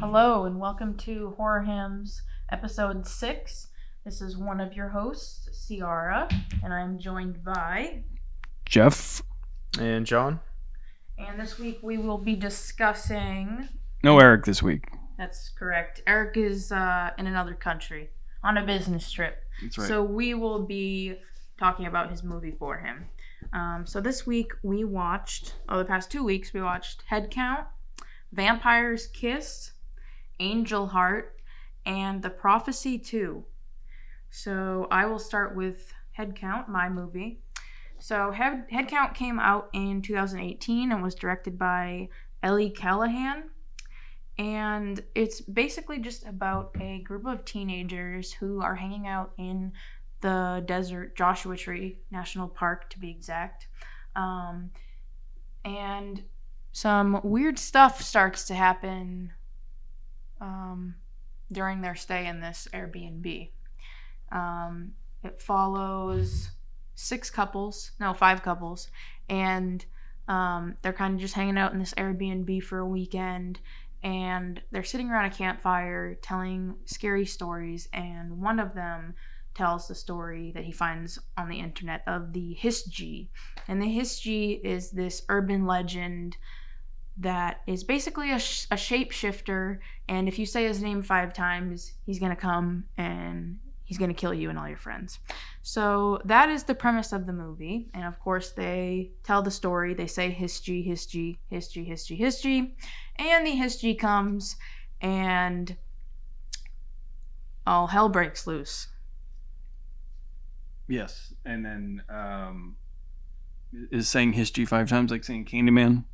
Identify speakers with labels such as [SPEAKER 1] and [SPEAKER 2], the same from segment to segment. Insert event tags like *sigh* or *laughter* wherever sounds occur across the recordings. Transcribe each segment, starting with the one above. [SPEAKER 1] Hello and welcome to Horror Hams episode 6. This is one of your hosts, Ciara, and I'm joined by.
[SPEAKER 2] Jeff.
[SPEAKER 3] And John?
[SPEAKER 1] And this week we will be discussing.
[SPEAKER 2] No Eric this week.
[SPEAKER 1] That's correct. Eric is uh, in another country on a business trip.
[SPEAKER 2] That's
[SPEAKER 1] So we will be talking about his movie for him. Um, so this week we watched, oh, the past two weeks we watched Head Count, Vampire's Kiss, Angel Heart, and The Prophecy 2. So I will start with Head Count, my movie. So Head, Head Count came out in 2018 and was directed by Ellie Callahan. And it's basically just about a group of teenagers who are hanging out in the desert, Joshua Tree National Park to be exact. Um, and some weird stuff starts to happen um, during their stay in this Airbnb. Um, it follows six couples, no, five couples, and um, they're kind of just hanging out in this Airbnb for a weekend and they're sitting around a campfire telling scary stories and one of them tells the story that he finds on the internet of the hisji and the hisji is this urban legend that is basically a, sh- a shapeshifter and if you say his name five times he's going to come and he's going to kill you and all your friends so that is the premise of the movie and of course they tell the story they say hisji hisji hisji hisji hisji and the history comes and all hell breaks loose
[SPEAKER 2] Yes, and then um, is saying history five times like saying Candyman.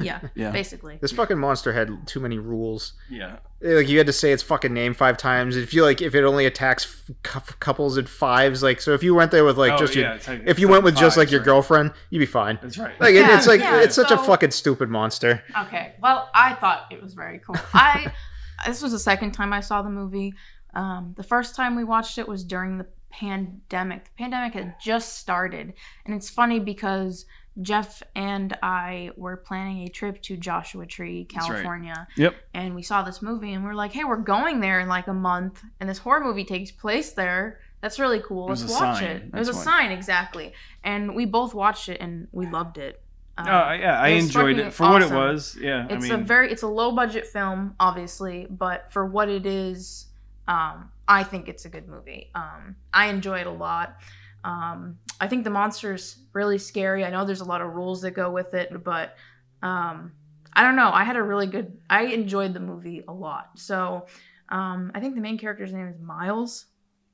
[SPEAKER 1] yeah
[SPEAKER 2] Yeah,
[SPEAKER 1] basically
[SPEAKER 3] This fucking monster had too many rules.
[SPEAKER 2] yeah.
[SPEAKER 3] Like you had to say its fucking name five times. If you like, if it only attacks f- cou- couples in fives, like so, if you went there with like
[SPEAKER 2] Oh,
[SPEAKER 3] just
[SPEAKER 2] yeah,
[SPEAKER 3] your,
[SPEAKER 2] it's like-
[SPEAKER 3] if you
[SPEAKER 2] it's
[SPEAKER 3] went with just
[SPEAKER 2] five,
[SPEAKER 3] like your
[SPEAKER 2] right.
[SPEAKER 3] girlfriend, you'd be fine.
[SPEAKER 2] That's right.
[SPEAKER 3] Like it-
[SPEAKER 1] Yeah,
[SPEAKER 3] it's like
[SPEAKER 1] yeah,
[SPEAKER 3] it's such
[SPEAKER 1] so-
[SPEAKER 3] a fucking stupid monster.
[SPEAKER 1] okay well i thought it was very cool i
[SPEAKER 2] *laughs*
[SPEAKER 1] this was the second time i saw the movie um, the first time we watched it was during the pandemic the pandemic had just started and it's funny because jeff and i were planning a trip to joshua tree
[SPEAKER 2] That's right.
[SPEAKER 1] california
[SPEAKER 2] Yep.
[SPEAKER 1] and we saw this movie and we are like, hey, we're going there in like a month and this horror movie takes place there. That's really cool.
[SPEAKER 2] It was
[SPEAKER 1] Let's
[SPEAKER 2] a
[SPEAKER 1] watch
[SPEAKER 2] sign.
[SPEAKER 1] it. It was a
[SPEAKER 2] That's why.
[SPEAKER 1] sign, exactly. And we both watched it and we loved it. Um,
[SPEAKER 2] oh yeah, I
[SPEAKER 1] it was
[SPEAKER 2] enjoyed
[SPEAKER 1] fucking
[SPEAKER 2] it for what it
[SPEAKER 1] awesome.
[SPEAKER 2] was. Yeah,
[SPEAKER 1] it's
[SPEAKER 2] I mean,
[SPEAKER 1] a very it's a low budget film, obviously, but for what it is, um, I think it's a good movie. Um, I enjoy it a lot. Um, I think the monster's really scary. I know there's a lot of rules that go with it, but um, I don't know. I had a really good. I enjoyed the movie a lot. So um, I think the main character's name is Miles.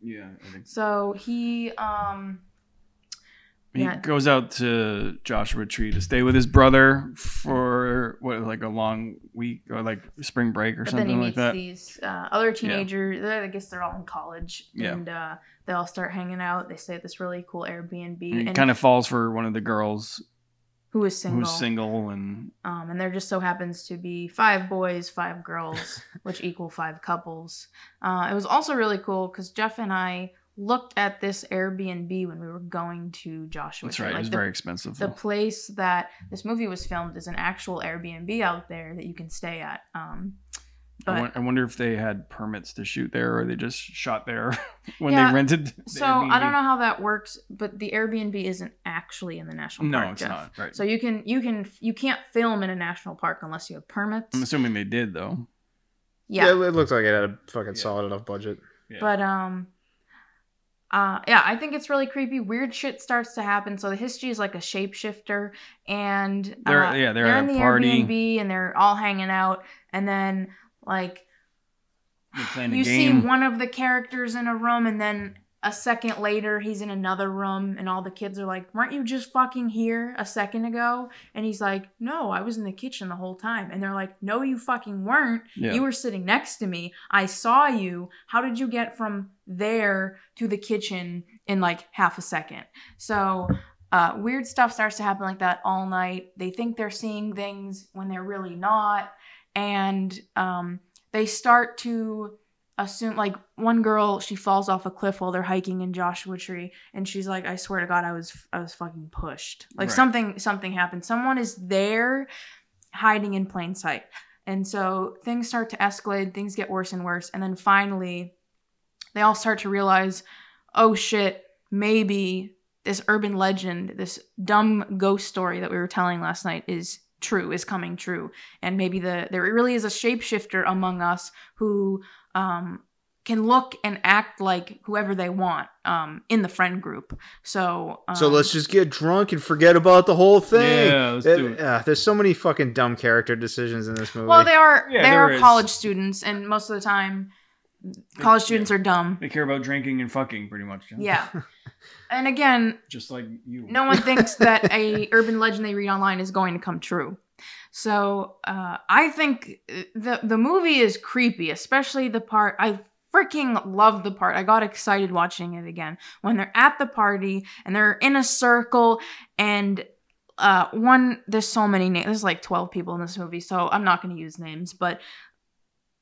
[SPEAKER 2] yeah. I think
[SPEAKER 1] So he um,
[SPEAKER 2] he
[SPEAKER 1] Yeah.
[SPEAKER 2] goes out to Joshua Tree to stay with his brother for what like a long week or like spring break or
[SPEAKER 1] but then he
[SPEAKER 2] something
[SPEAKER 1] meets
[SPEAKER 2] like that.
[SPEAKER 1] these uh, other teenagers. they're- I guess they're all in college,
[SPEAKER 2] Yeah.
[SPEAKER 1] and uh, they all start hanging out. They stay at this really cool Airbnb,
[SPEAKER 2] And
[SPEAKER 1] and,
[SPEAKER 2] he kind of falls for one of the girls
[SPEAKER 1] who is single.
[SPEAKER 2] who's single and
[SPEAKER 1] Um, and there just so happens to be five boys, five
[SPEAKER 2] *laughs*
[SPEAKER 1] girls, which equal five couples. Uh, it was also really cool because Jeff and I looked at this Airbnb when we were going to Joshua.
[SPEAKER 2] that's
[SPEAKER 1] Tree.
[SPEAKER 2] right.
[SPEAKER 1] Like,
[SPEAKER 2] it was
[SPEAKER 1] the-
[SPEAKER 2] very expensive.
[SPEAKER 1] the
[SPEAKER 2] though.
[SPEAKER 1] place that this movie was filmed is an actual Airbnb out there that you can stay at. Um,
[SPEAKER 2] I
[SPEAKER 1] but
[SPEAKER 2] won- I wonder if they had permits to shoot there or they just shot there *laughs* when
[SPEAKER 1] Yeah,
[SPEAKER 2] they rented. the E
[SPEAKER 1] So I don't
[SPEAKER 2] Airbnb.
[SPEAKER 1] know how that works, but the Airbnb isn't actually in the national park.
[SPEAKER 2] No, it's
[SPEAKER 1] Jeff.
[SPEAKER 2] not. Right.
[SPEAKER 1] So you can you can you can't film in a national park unless you have permits.
[SPEAKER 2] I'm assuming they did though.
[SPEAKER 1] Yeah,
[SPEAKER 3] it, it looked like it had a fucking
[SPEAKER 2] Yeah.
[SPEAKER 3] solid enough budget.
[SPEAKER 2] Yeah.
[SPEAKER 1] but um, uh, yeah, I think it's really creepy. Weird shit starts to happen. So the history is like a shapeshifter, and uh,
[SPEAKER 2] They're yeah, they're,
[SPEAKER 1] they're in
[SPEAKER 2] at a
[SPEAKER 1] the E
[SPEAKER 2] party.
[SPEAKER 1] Airbnb and they're all hanging out, and then like
[SPEAKER 2] They're playing a
[SPEAKER 1] you
[SPEAKER 2] game.
[SPEAKER 1] see one of the characters in a room and then a second later he's in another room and all the kids are like weren't you just fucking here a second ago and he's like no i was in the kitchen the whole time and they're like no you fucking weren't
[SPEAKER 2] yeah.
[SPEAKER 1] you were sitting next to me i saw you how did you get from there to the kitchen in like half a second so uh, weird stuff starts to happen like that all night they think they're seeing things when they're really not and um, they start to assume like one girl she falls off a cliff while they're hiking in Joshua Tree and she's like I swear to god I was I was fucking pushed like
[SPEAKER 2] Right.
[SPEAKER 1] something something happened someone is there hiding in plain sight And so things start to escalate, things get worse and worse. And then finally, they all start to realize oh shit, maybe this urban legend, this dumb ghost story that we were telling last night is true, is coming true. And maybe the there really is a shapeshifter among us who um, can look and act like whoever they want um, in the friend group. So, um,
[SPEAKER 3] so let's just get drunk and forget about the whole thing.
[SPEAKER 2] Yeah, let's
[SPEAKER 3] It-
[SPEAKER 2] do it.
[SPEAKER 3] ah, there's so many fucking dumb character decisions in this movie.
[SPEAKER 1] Well, they are
[SPEAKER 2] Yeah,
[SPEAKER 1] they
[SPEAKER 2] there
[SPEAKER 1] are
[SPEAKER 2] is.
[SPEAKER 1] college students, and most of the time, college students are dumb.
[SPEAKER 2] They care about drinking and fucking pretty much. *laughs* John.
[SPEAKER 1] Yeah, and again,
[SPEAKER 2] Just like you.
[SPEAKER 1] no one thinks that a urban legend they read online is going to come true. So uh, I think the the movie is creepy, especially the part I freaking love the part. I got excited watching it again when they're at the party and they're in a circle and uh one there's so many names there's like 12 people in this movie so i'm not going to use names but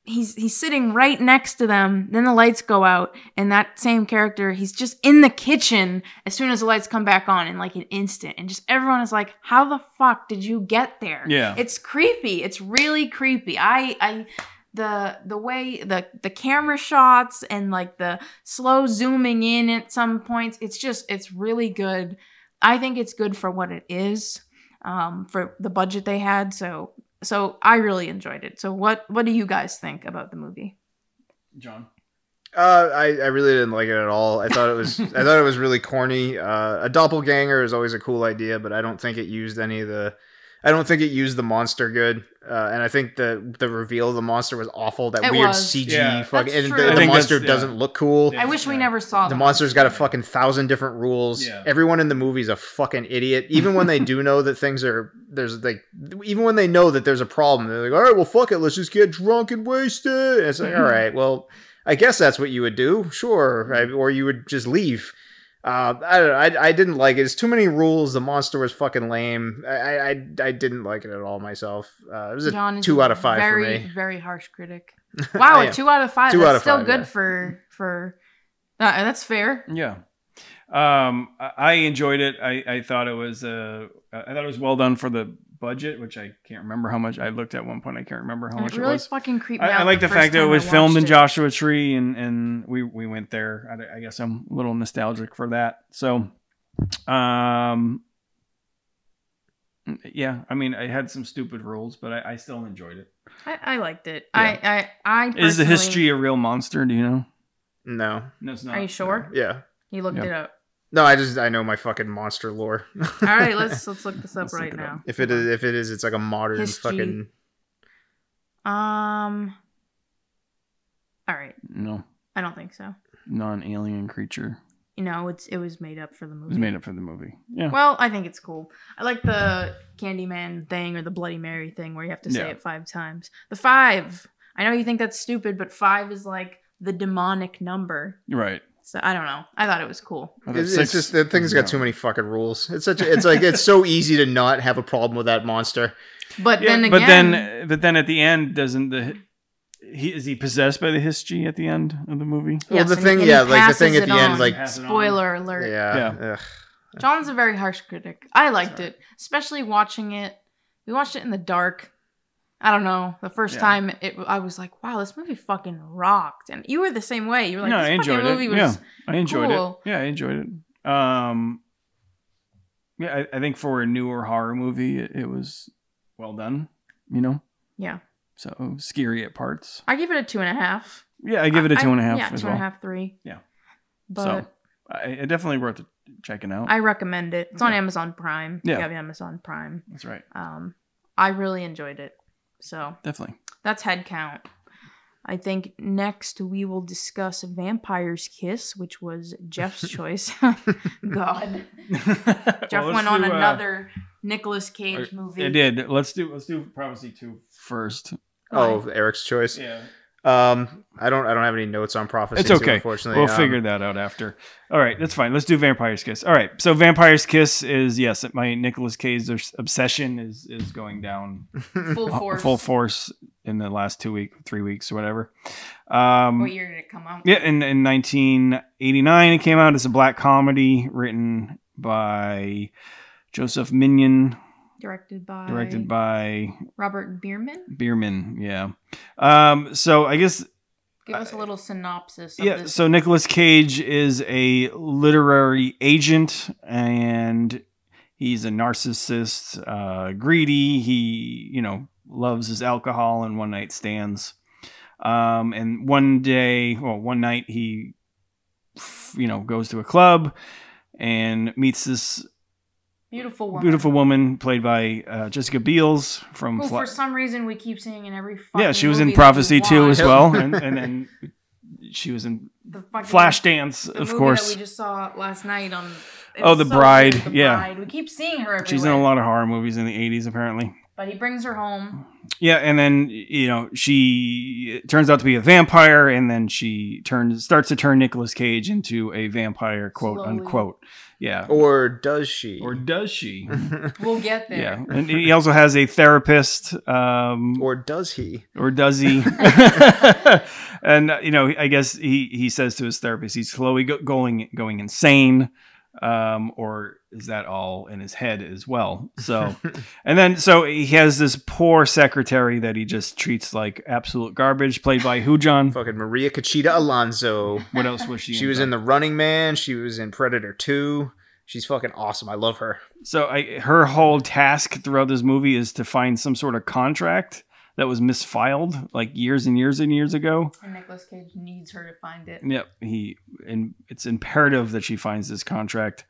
[SPEAKER 1] he's he's sitting right next to them then the lights go out and that same character he's just in the kitchen as soon as the lights come back on in like an instant and just everyone is like how the fuck did you get there
[SPEAKER 2] Yeah.
[SPEAKER 1] it's creepy it's really creepy i i the the way the the camera shots and like the slow zooming in at some points it's just it's really good i think it's good for what it is um for the budget they had so so i really enjoyed it so what what do you guys think about the movie
[SPEAKER 2] John.
[SPEAKER 3] Uh, I, I really didn't like it at all. I thought it
[SPEAKER 2] *laughs*
[SPEAKER 3] was I thought it was really corny. Uh, a doppelganger is always a cool idea, but I don't think it used any of the. I don't think it used the monster good, uh, and I think the the reveal of the monster was awful. That
[SPEAKER 1] It
[SPEAKER 3] weird
[SPEAKER 1] was.
[SPEAKER 3] CG
[SPEAKER 2] Yeah.
[SPEAKER 3] fucking
[SPEAKER 1] That's
[SPEAKER 3] and
[SPEAKER 1] true. I
[SPEAKER 3] the, the
[SPEAKER 2] think that's-
[SPEAKER 3] monster
[SPEAKER 2] yeah.
[SPEAKER 3] doesn't look cool.
[SPEAKER 2] Yeah.
[SPEAKER 1] i wish we never saw
[SPEAKER 3] The
[SPEAKER 1] them.
[SPEAKER 3] monster's got a fucking thousand different rules.
[SPEAKER 2] Yeah.
[SPEAKER 3] Everyone in the movie's a fucking idiot. Even when they do know that things are there's like even when they know that there's a problem, they're like, all right, well fuck it, let's just get drunk and wasted. And it's like, all right, well, I guess that's what you would do, sure, I, or you would just leave. Uh, I don't know. I, I didn't like it. It's too many rules. The monster was fucking lame. I I, I- I didn't like it at all myself. Uh, it was a
[SPEAKER 1] John is
[SPEAKER 3] two
[SPEAKER 1] a
[SPEAKER 3] out of five
[SPEAKER 1] very,
[SPEAKER 3] for me.
[SPEAKER 1] very harsh
[SPEAKER 3] *laughs*
[SPEAKER 1] critic wow
[SPEAKER 3] I
[SPEAKER 1] a
[SPEAKER 3] am.
[SPEAKER 1] two out of five
[SPEAKER 3] Two
[SPEAKER 1] that's
[SPEAKER 3] out of
[SPEAKER 1] still
[SPEAKER 3] five,
[SPEAKER 1] good
[SPEAKER 3] yeah.
[SPEAKER 1] for for uh, that's fair
[SPEAKER 2] Yeah. Um, I, I enjoyed it. I, I thought it was uh, I thought it was well done for the budget, which I can't remember how much I looked at one point. I can't remember how
[SPEAKER 1] And
[SPEAKER 2] much
[SPEAKER 1] it really
[SPEAKER 2] it was.
[SPEAKER 1] fucking creeped me
[SPEAKER 2] I,
[SPEAKER 1] out
[SPEAKER 2] I like the
[SPEAKER 1] first
[SPEAKER 2] fact that it
[SPEAKER 1] time I
[SPEAKER 2] was filmed in
[SPEAKER 1] watched it.
[SPEAKER 2] Joshua Tree, and and we we went there. I, I guess I'm a little nostalgic for that. So, um, yeah. I mean, I had some stupid rules, but I, I still enjoyed it.
[SPEAKER 1] I, I liked it.
[SPEAKER 2] Yeah.
[SPEAKER 1] I, I, I
[SPEAKER 2] Is the
[SPEAKER 1] personally-
[SPEAKER 2] history a real monster? Do you know?
[SPEAKER 3] No.
[SPEAKER 2] No, it's not.
[SPEAKER 1] Are you sure?
[SPEAKER 3] Yeah.
[SPEAKER 1] You looked
[SPEAKER 2] Yeah.
[SPEAKER 1] it up.
[SPEAKER 3] No, I just I know my fucking monster lore.
[SPEAKER 1] All right,
[SPEAKER 2] *laughs*
[SPEAKER 3] *laughs*
[SPEAKER 1] let's let's look this up
[SPEAKER 2] Let's look
[SPEAKER 1] right
[SPEAKER 2] it
[SPEAKER 1] now.
[SPEAKER 2] up.
[SPEAKER 3] If it is, if it is, it's like a modern
[SPEAKER 1] History.
[SPEAKER 3] fucking.
[SPEAKER 1] Um. All right,
[SPEAKER 2] No,
[SPEAKER 1] I don't think so.
[SPEAKER 2] non-alien creature.
[SPEAKER 1] You know, it's it was made up for the
[SPEAKER 2] It
[SPEAKER 1] movie.
[SPEAKER 2] was made up for the movie. Yeah.
[SPEAKER 1] Well, I think it's cool. I like the Candyman thing or the Bloody Mary thing where you have to say
[SPEAKER 2] Yeah.
[SPEAKER 1] it five times. The five. I know you think that's stupid, but five is like the demonic number.
[SPEAKER 2] You're right.
[SPEAKER 1] So I don't know. I thought it was cool.
[SPEAKER 2] I thought
[SPEAKER 3] It's,
[SPEAKER 2] six
[SPEAKER 3] it's just the thing's
[SPEAKER 2] was
[SPEAKER 3] got
[SPEAKER 2] no.
[SPEAKER 3] too many fucking rules. It's such. A, it's like it's so easy to not have a problem with
[SPEAKER 1] *laughs*
[SPEAKER 3] that monster.
[SPEAKER 1] But
[SPEAKER 2] Yeah,
[SPEAKER 1] then again,
[SPEAKER 2] but then, but then at the end, doesn't the he is he possessed by the history at the end of the movie?
[SPEAKER 3] Well,
[SPEAKER 1] Yes,
[SPEAKER 3] the
[SPEAKER 1] and
[SPEAKER 3] thing,
[SPEAKER 1] then
[SPEAKER 3] yeah,
[SPEAKER 1] he
[SPEAKER 3] like the thing
[SPEAKER 1] passes
[SPEAKER 3] at
[SPEAKER 1] it
[SPEAKER 3] the end,
[SPEAKER 1] on.
[SPEAKER 3] like,
[SPEAKER 2] Pass it on.
[SPEAKER 1] spoiler alert.
[SPEAKER 3] yeah, ugh.
[SPEAKER 1] John's a very harsh critic. I liked
[SPEAKER 2] Sorry.
[SPEAKER 1] it, especially watching it. We watched it in the dark. I don't know. The first
[SPEAKER 2] Yeah.
[SPEAKER 1] time, it I was like, "Wow, this movie fucking rocked!" And you were the same way. You were like,
[SPEAKER 2] No,
[SPEAKER 1] "This
[SPEAKER 2] I enjoyed
[SPEAKER 1] fucking
[SPEAKER 2] it.
[SPEAKER 1] movie
[SPEAKER 2] Yeah.
[SPEAKER 1] was."
[SPEAKER 2] I enjoyed
[SPEAKER 1] Cool.
[SPEAKER 2] it. Yeah, I enjoyed it. Um, yeah, I, I think for a newer horror movie, it, it was well done. You know.
[SPEAKER 1] Yeah.
[SPEAKER 2] So scary at parts.
[SPEAKER 1] I give it a two and a half.
[SPEAKER 2] Yeah, I give it a two and a half
[SPEAKER 1] Yeah,
[SPEAKER 2] as
[SPEAKER 1] two
[SPEAKER 2] well.
[SPEAKER 1] and a half, three.
[SPEAKER 2] Yeah.
[SPEAKER 1] But
[SPEAKER 2] so I, it definitely worth checking out.
[SPEAKER 1] I recommend it. It's on
[SPEAKER 2] Yeah.
[SPEAKER 1] Amazon Prime.
[SPEAKER 2] Yeah.
[SPEAKER 1] you have Amazon Prime.
[SPEAKER 2] That's right.
[SPEAKER 1] Um, I really enjoyed it. So
[SPEAKER 2] Definitely.
[SPEAKER 1] That's head count. I think next we will discuss Vampire's Kiss, which was
[SPEAKER 2] *laughs*
[SPEAKER 1] Jeff's choice. *laughs* God. *laughs* Jeff
[SPEAKER 2] Well, let's
[SPEAKER 1] went on
[SPEAKER 2] do, uh,
[SPEAKER 1] another Nicolas Cage
[SPEAKER 2] or-
[SPEAKER 1] movie.
[SPEAKER 2] I did. Let's do. Let's do Prophecy two first.
[SPEAKER 3] Oh, Eric's choice.
[SPEAKER 2] Yeah.
[SPEAKER 3] Um, I don't, I don't have any notes on prophecy.
[SPEAKER 2] It's
[SPEAKER 3] too,
[SPEAKER 2] okay.
[SPEAKER 3] unfortunately,
[SPEAKER 2] We'll
[SPEAKER 3] Um,
[SPEAKER 2] figure that out after. All right, that's fine. Let's do Vampire's Kiss. All right, so Vampire's Kiss is yes, my Nicolas Cage obsession is is going down
[SPEAKER 1] Full force.
[SPEAKER 2] *laughs* Uh, full force in the last two week, three weeks, or whatever. Um,
[SPEAKER 1] What year did it come out?
[SPEAKER 2] yeah, in, in 1989 it came out as a black comedy written by Joseph Minion,
[SPEAKER 1] Directed by
[SPEAKER 2] directed by
[SPEAKER 1] Robert Bierman.
[SPEAKER 2] Bierman. Yeah. Um, so I guess
[SPEAKER 1] Give us a little synopsis. Of
[SPEAKER 2] Uh, yeah.
[SPEAKER 1] This.
[SPEAKER 2] So Nicolas Cage is a literary agent, and he's a narcissist, uh, greedy. He you know loves his alcohol and one night stands. Um, and one day, well, one night he you know goes to a club and meets this
[SPEAKER 1] beautiful woman.
[SPEAKER 2] beautiful woman played by uh, Jessica Biels from
[SPEAKER 1] Who,
[SPEAKER 2] Fla-
[SPEAKER 1] for some reason, we keep seeing in every.
[SPEAKER 2] yeah
[SPEAKER 1] fucking
[SPEAKER 2] she was in
[SPEAKER 1] movie that we
[SPEAKER 2] Prophecy too
[SPEAKER 1] watch.
[SPEAKER 2] as
[SPEAKER 1] *laughs*
[SPEAKER 2] well and, and then she was in
[SPEAKER 1] The fucking-
[SPEAKER 2] Flashdance
[SPEAKER 1] the
[SPEAKER 2] of
[SPEAKER 1] movie
[SPEAKER 2] course
[SPEAKER 1] that we just saw last night on.
[SPEAKER 2] Oh,
[SPEAKER 1] it's
[SPEAKER 2] The
[SPEAKER 1] so
[SPEAKER 2] Bride,
[SPEAKER 1] weird, The
[SPEAKER 2] yeah.
[SPEAKER 1] Bride. We keep seeing her everywhere.
[SPEAKER 2] she's in a lot of horror movies in the 80s apparently
[SPEAKER 1] But he brings her home.
[SPEAKER 2] *laughs* yeah and then you know she turns out to be a vampire and then she turns starts to turn Nicolas Cage into a vampire quote
[SPEAKER 1] Slowly.
[SPEAKER 2] unquote yeah
[SPEAKER 3] Or does she?
[SPEAKER 2] or does she
[SPEAKER 1] We'll get there. *laughs*
[SPEAKER 2] yeah and he also has a therapist um
[SPEAKER 3] or does he?
[SPEAKER 2] or does
[SPEAKER 3] *laughs*
[SPEAKER 2] he? *laughs* and uh, you know, I guess he he says to his therapist, he's slowly go- going going insane, um, or is that all in his head as well?
[SPEAKER 3] *laughs*
[SPEAKER 2] So, and then so he has this poor secretary that he just treats like absolute garbage, played by who John?
[SPEAKER 3] Fucking Maria
[SPEAKER 2] *laughs*
[SPEAKER 3] Cachita Alonso.
[SPEAKER 2] What else was she?
[SPEAKER 3] She was in The Running Man. She was in Predator 2. She's fucking awesome. I love her.
[SPEAKER 2] So I, her whole task throughout this movie is to find some sort of contract that was misfiled like years and years and years ago.
[SPEAKER 1] And Nicolas Cage needs her to find it.
[SPEAKER 2] Yep, he and it's imperative that she finds this contract.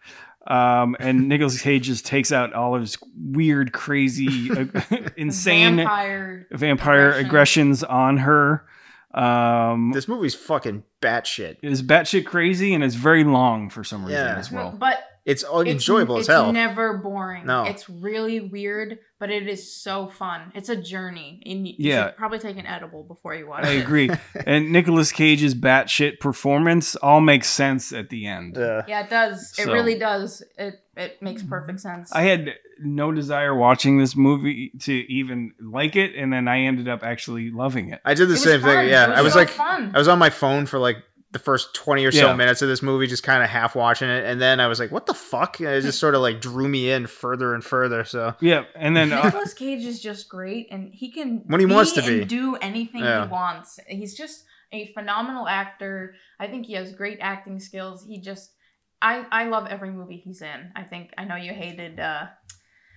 [SPEAKER 2] Um, and *laughs* Nicolas Cage just takes out all of his weird,
[SPEAKER 3] *laughs*
[SPEAKER 2] crazy, uh, *laughs* insane vampire,
[SPEAKER 1] Vampire. aggression.
[SPEAKER 2] aggressions on her. Um,
[SPEAKER 3] This movie's fucking batshit.
[SPEAKER 2] it is batshit crazy and it's very long for some reason
[SPEAKER 3] Yeah.
[SPEAKER 2] as well.
[SPEAKER 1] But
[SPEAKER 3] It's
[SPEAKER 1] it's-
[SPEAKER 3] unenjoyable
[SPEAKER 1] it's
[SPEAKER 3] as hell.
[SPEAKER 1] never boring.
[SPEAKER 3] No.
[SPEAKER 1] It's really weird, but it is so fun. It's a journey. And you
[SPEAKER 2] Yeah.
[SPEAKER 1] should probably take an edible before you watch
[SPEAKER 2] I
[SPEAKER 1] it.
[SPEAKER 3] *laughs*
[SPEAKER 2] agree. and Nicolas Cage's batshit performance all makes sense at the end.
[SPEAKER 3] Uh,
[SPEAKER 1] Yeah, it does. It
[SPEAKER 2] So- Mhm.
[SPEAKER 1] really does. It it makes perfect sense.
[SPEAKER 2] I had no desire watching this movie to even like it, and then I ended up actually loving it.
[SPEAKER 3] I did
[SPEAKER 1] It
[SPEAKER 3] the
[SPEAKER 1] was
[SPEAKER 3] same
[SPEAKER 1] fun.
[SPEAKER 3] thing.
[SPEAKER 1] It
[SPEAKER 3] Yeah, I was
[SPEAKER 1] so
[SPEAKER 3] like,
[SPEAKER 1] fun.
[SPEAKER 3] I was on my phone for like the first 20 or so
[SPEAKER 2] Yeah.
[SPEAKER 3] minutes of this movie, just kind of half watching it. And then I was like, what the fuck? And it just sort of like drew me in further and further. So
[SPEAKER 2] Yeah, and then uh,
[SPEAKER 1] Nicolas Cage is just great, and he can
[SPEAKER 3] When he wants to
[SPEAKER 1] and
[SPEAKER 3] be.
[SPEAKER 1] do anything
[SPEAKER 3] Yeah.
[SPEAKER 1] he wants. He's just a phenomenal actor. I think he has great acting skills. He just, I, I love every movie he's in. I think I know you hated uh,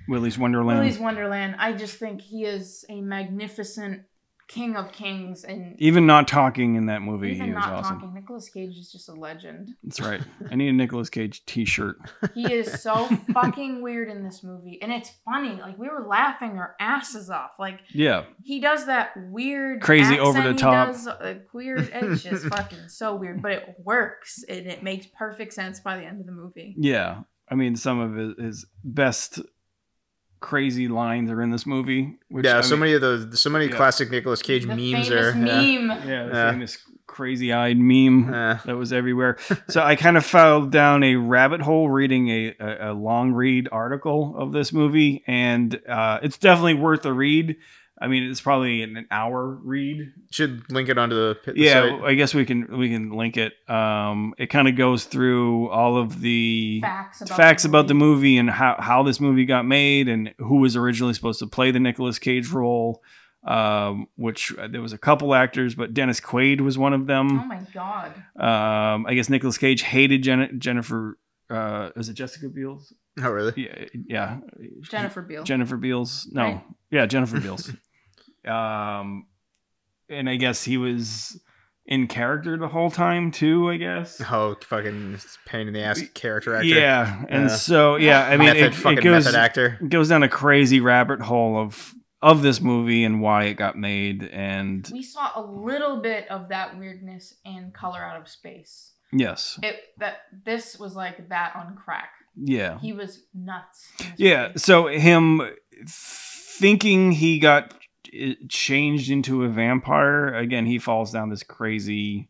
[SPEAKER 2] Willy's Wonderland.
[SPEAKER 1] Willy's Wonderland. I just think he is a magnificent king of kings, and
[SPEAKER 2] Even not talking in that movie, he
[SPEAKER 1] even
[SPEAKER 2] was
[SPEAKER 1] not
[SPEAKER 2] awesome.
[SPEAKER 1] talking, Nicolas Cage is just a legend.
[SPEAKER 2] That's right. I need a Nicolas Cage T-shirt.
[SPEAKER 1] He is
[SPEAKER 3] *laughs*
[SPEAKER 1] so fucking weird in this movie, and it's funny. Like we were laughing our asses off. Like.
[SPEAKER 2] Yeah,
[SPEAKER 1] he does that weird
[SPEAKER 2] Crazy over the
[SPEAKER 1] accent he
[SPEAKER 2] top.
[SPEAKER 1] does, like, weird it's
[SPEAKER 2] *laughs*
[SPEAKER 1] just fucking so weird but it works and it makes perfect sense by the end of the movie
[SPEAKER 2] yeah. I mean, some of his- his best crazy lines are in this movie. Which,
[SPEAKER 3] yeah,
[SPEAKER 2] I
[SPEAKER 3] so
[SPEAKER 2] mean-
[SPEAKER 3] many of those, so many
[SPEAKER 2] Yeah.
[SPEAKER 3] classic Nicolas Cage
[SPEAKER 1] the
[SPEAKER 3] memes
[SPEAKER 1] famous
[SPEAKER 3] are. yeah. Uh,
[SPEAKER 1] meme
[SPEAKER 2] Yeah, the
[SPEAKER 3] Yeah.
[SPEAKER 2] famous crazy-eyed meme
[SPEAKER 3] Yeah.
[SPEAKER 2] that was everywhere. So I kind of fell down a rabbit hole reading a, a, a long read article of this movie, and uh, it's definitely worth a read. I mean, it's probably an hour read
[SPEAKER 3] Should link it onto the, the
[SPEAKER 2] yeah
[SPEAKER 3] site.
[SPEAKER 2] i guess we can we can link it um it kind of goes through all of the
[SPEAKER 1] facts about
[SPEAKER 2] facts about the movie and how how this movie got made and who was originally supposed to play the Nicolas Cage role um which uh, there was a couple actors but Dennis Quaid was one of
[SPEAKER 1] oh
[SPEAKER 2] them
[SPEAKER 1] my god
[SPEAKER 2] um i guess Nicolas Cage hated Jen- Jennifer uh is it Jessica Beals
[SPEAKER 3] Oh, really?
[SPEAKER 2] yeah yeah
[SPEAKER 1] jennifer beal
[SPEAKER 2] Jennifer Beals. No,
[SPEAKER 1] Right.
[SPEAKER 2] yeah, Jennifer Beals. um, and I guess he was in character the whole time too. I guess.
[SPEAKER 3] Oh, fucking pain in the ass character actor.
[SPEAKER 2] Yeah, and
[SPEAKER 3] Yeah.
[SPEAKER 2] so yeah, I mean,
[SPEAKER 3] method,
[SPEAKER 2] it,
[SPEAKER 3] fucking
[SPEAKER 2] it goes
[SPEAKER 3] method actor.
[SPEAKER 2] it goes down a crazy rabbit hole of of this movie and why it got made, and
[SPEAKER 1] we saw a little bit of that weirdness in color out of space
[SPEAKER 2] yes,
[SPEAKER 1] it that this was like that on crack
[SPEAKER 2] yeah,
[SPEAKER 1] he was nuts in this
[SPEAKER 2] yeah.
[SPEAKER 1] movie.
[SPEAKER 2] So him thinking he got it changed into a vampire again he falls down this crazy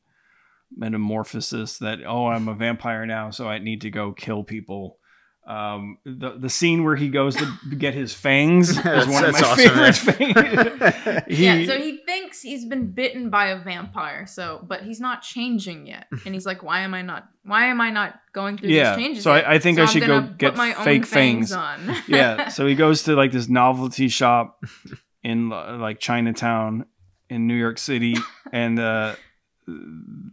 [SPEAKER 2] metamorphosis that oh i'm a vampire now so i need to go kill people Um, the the scene where he goes to get his
[SPEAKER 3] *laughs*
[SPEAKER 2] fangs is
[SPEAKER 3] That's-
[SPEAKER 2] one of
[SPEAKER 3] that's
[SPEAKER 2] my
[SPEAKER 3] awesome, man.
[SPEAKER 2] favorite
[SPEAKER 3] *laughs*
[SPEAKER 2] things. he,
[SPEAKER 1] yeah, so he thinks he's been bitten by a vampire, so but he's not changing
[SPEAKER 2] *laughs*
[SPEAKER 1] yet, and he's like, "Why am I not? Why am I not going through
[SPEAKER 2] Yeah,
[SPEAKER 1] these changes?"
[SPEAKER 2] so I-
[SPEAKER 1] yet?
[SPEAKER 2] I think I
[SPEAKER 1] I'm
[SPEAKER 2] should
[SPEAKER 1] gonna
[SPEAKER 2] go get
[SPEAKER 1] put my own
[SPEAKER 2] fake
[SPEAKER 1] fangs
[SPEAKER 2] fangs."
[SPEAKER 1] on. *laughs*
[SPEAKER 2] yeah, so he goes to like this novelty shop in uh, like Chinatown in New York
[SPEAKER 1] *laughs*
[SPEAKER 2] City, and uh,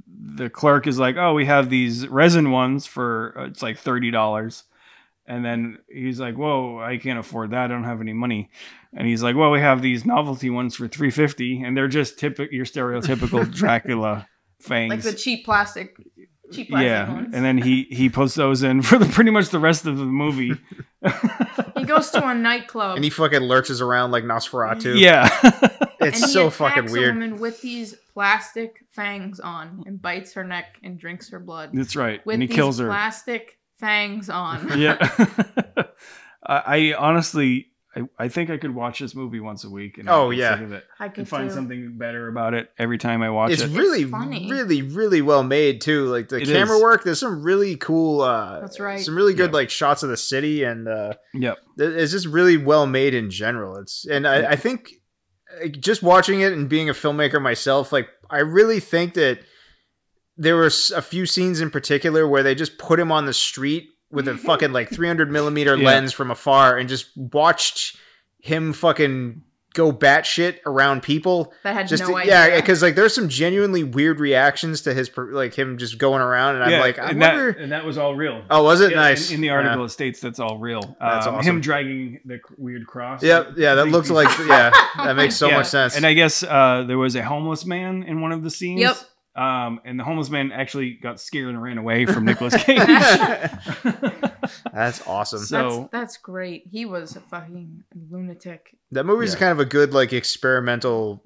[SPEAKER 2] the clerk is like, "Oh, we have these resin ones for uh, it's like thirty dollars." And then he's like, "Whoa, I can't afford that. I don't have any money." And he's like, "Well, we have these novelty ones for three fifty, and they're just typical
[SPEAKER 1] *laughs*
[SPEAKER 2] your stereotypical Dracula fangs."
[SPEAKER 1] like the cheap plastic, cheap plastic
[SPEAKER 2] yeah,
[SPEAKER 1] ones.
[SPEAKER 2] and then he he puts those in *laughs* for the, pretty much the rest of the movie.
[SPEAKER 1] *laughs* he goes to a nightclub
[SPEAKER 3] and he fucking lurches around like Nosferatu.
[SPEAKER 2] Yeah. *laughs*
[SPEAKER 3] it's
[SPEAKER 1] and he
[SPEAKER 3] so
[SPEAKER 1] attacks
[SPEAKER 3] fucking
[SPEAKER 1] a
[SPEAKER 3] weird.
[SPEAKER 1] woman with these plastic fangs on and bites her neck and drinks her blood.
[SPEAKER 2] That's right.
[SPEAKER 1] With
[SPEAKER 2] and he
[SPEAKER 1] these
[SPEAKER 2] kills her.
[SPEAKER 1] plastic fangs on.
[SPEAKER 2] *laughs* yeah. *laughs* I, I honestly, I, I think I could watch this movie once a week. And
[SPEAKER 3] Oh,
[SPEAKER 2] I'd get
[SPEAKER 3] yeah.
[SPEAKER 2] sick of it.
[SPEAKER 1] I
[SPEAKER 2] And
[SPEAKER 1] could
[SPEAKER 2] find
[SPEAKER 1] do-
[SPEAKER 2] something better about it every time I watch
[SPEAKER 3] It's
[SPEAKER 2] it.
[SPEAKER 3] really,
[SPEAKER 1] It's funny.
[SPEAKER 3] really, really well made too. Like the
[SPEAKER 2] It
[SPEAKER 3] camera
[SPEAKER 2] is.
[SPEAKER 3] work. There's some really cool. uh
[SPEAKER 1] That's right.
[SPEAKER 3] Some really good
[SPEAKER 2] Yeah.
[SPEAKER 3] like shots of the city, and uh
[SPEAKER 2] Yep.
[SPEAKER 3] th- it's just really well made in general. It's and I, I think like, just watching it and being a filmmaker myself, like I really think that there were s- a few scenes in particular where they just put him on the street with a fucking like 300
[SPEAKER 2] *laughs*
[SPEAKER 3] millimeter
[SPEAKER 2] Yeah.
[SPEAKER 3] lens from afar and just watched him fucking go batshit around people
[SPEAKER 1] That had
[SPEAKER 3] just
[SPEAKER 1] no
[SPEAKER 3] to-
[SPEAKER 1] idea.
[SPEAKER 3] yeah because like there's some genuinely weird reactions to his per- like him just going around and i'm
[SPEAKER 2] yeah,
[SPEAKER 3] like i
[SPEAKER 2] and,
[SPEAKER 3] wonder
[SPEAKER 2] that, and that was all real.
[SPEAKER 3] oh was it
[SPEAKER 2] Yeah,
[SPEAKER 3] nice
[SPEAKER 2] In, in the article, it states that's all real.
[SPEAKER 3] That's
[SPEAKER 2] Um,
[SPEAKER 3] awesome.
[SPEAKER 2] Him dragging the c- weird cross.
[SPEAKER 3] yeah yeah, yeah
[SPEAKER 2] I
[SPEAKER 3] that
[SPEAKER 2] think *laughs*
[SPEAKER 3] looks
[SPEAKER 2] he-
[SPEAKER 3] like yeah
[SPEAKER 1] Oh
[SPEAKER 3] that
[SPEAKER 1] *laughs*
[SPEAKER 3] makes so
[SPEAKER 1] my
[SPEAKER 3] much
[SPEAKER 1] God.
[SPEAKER 3] sense
[SPEAKER 2] And I guess uh, there was a homeless man in one of the scenes.
[SPEAKER 1] Yep.
[SPEAKER 2] Um, and the homeless man actually got scared and ran
[SPEAKER 1] *laughs*
[SPEAKER 2] away from Nicolas
[SPEAKER 3] *laughs*
[SPEAKER 2] *laughs* Cage.
[SPEAKER 3] that's awesome
[SPEAKER 2] So-
[SPEAKER 1] that's, that's great. He was a fucking lunatic.
[SPEAKER 3] that movie's
[SPEAKER 2] Yeah.
[SPEAKER 3] kind of a good like experimental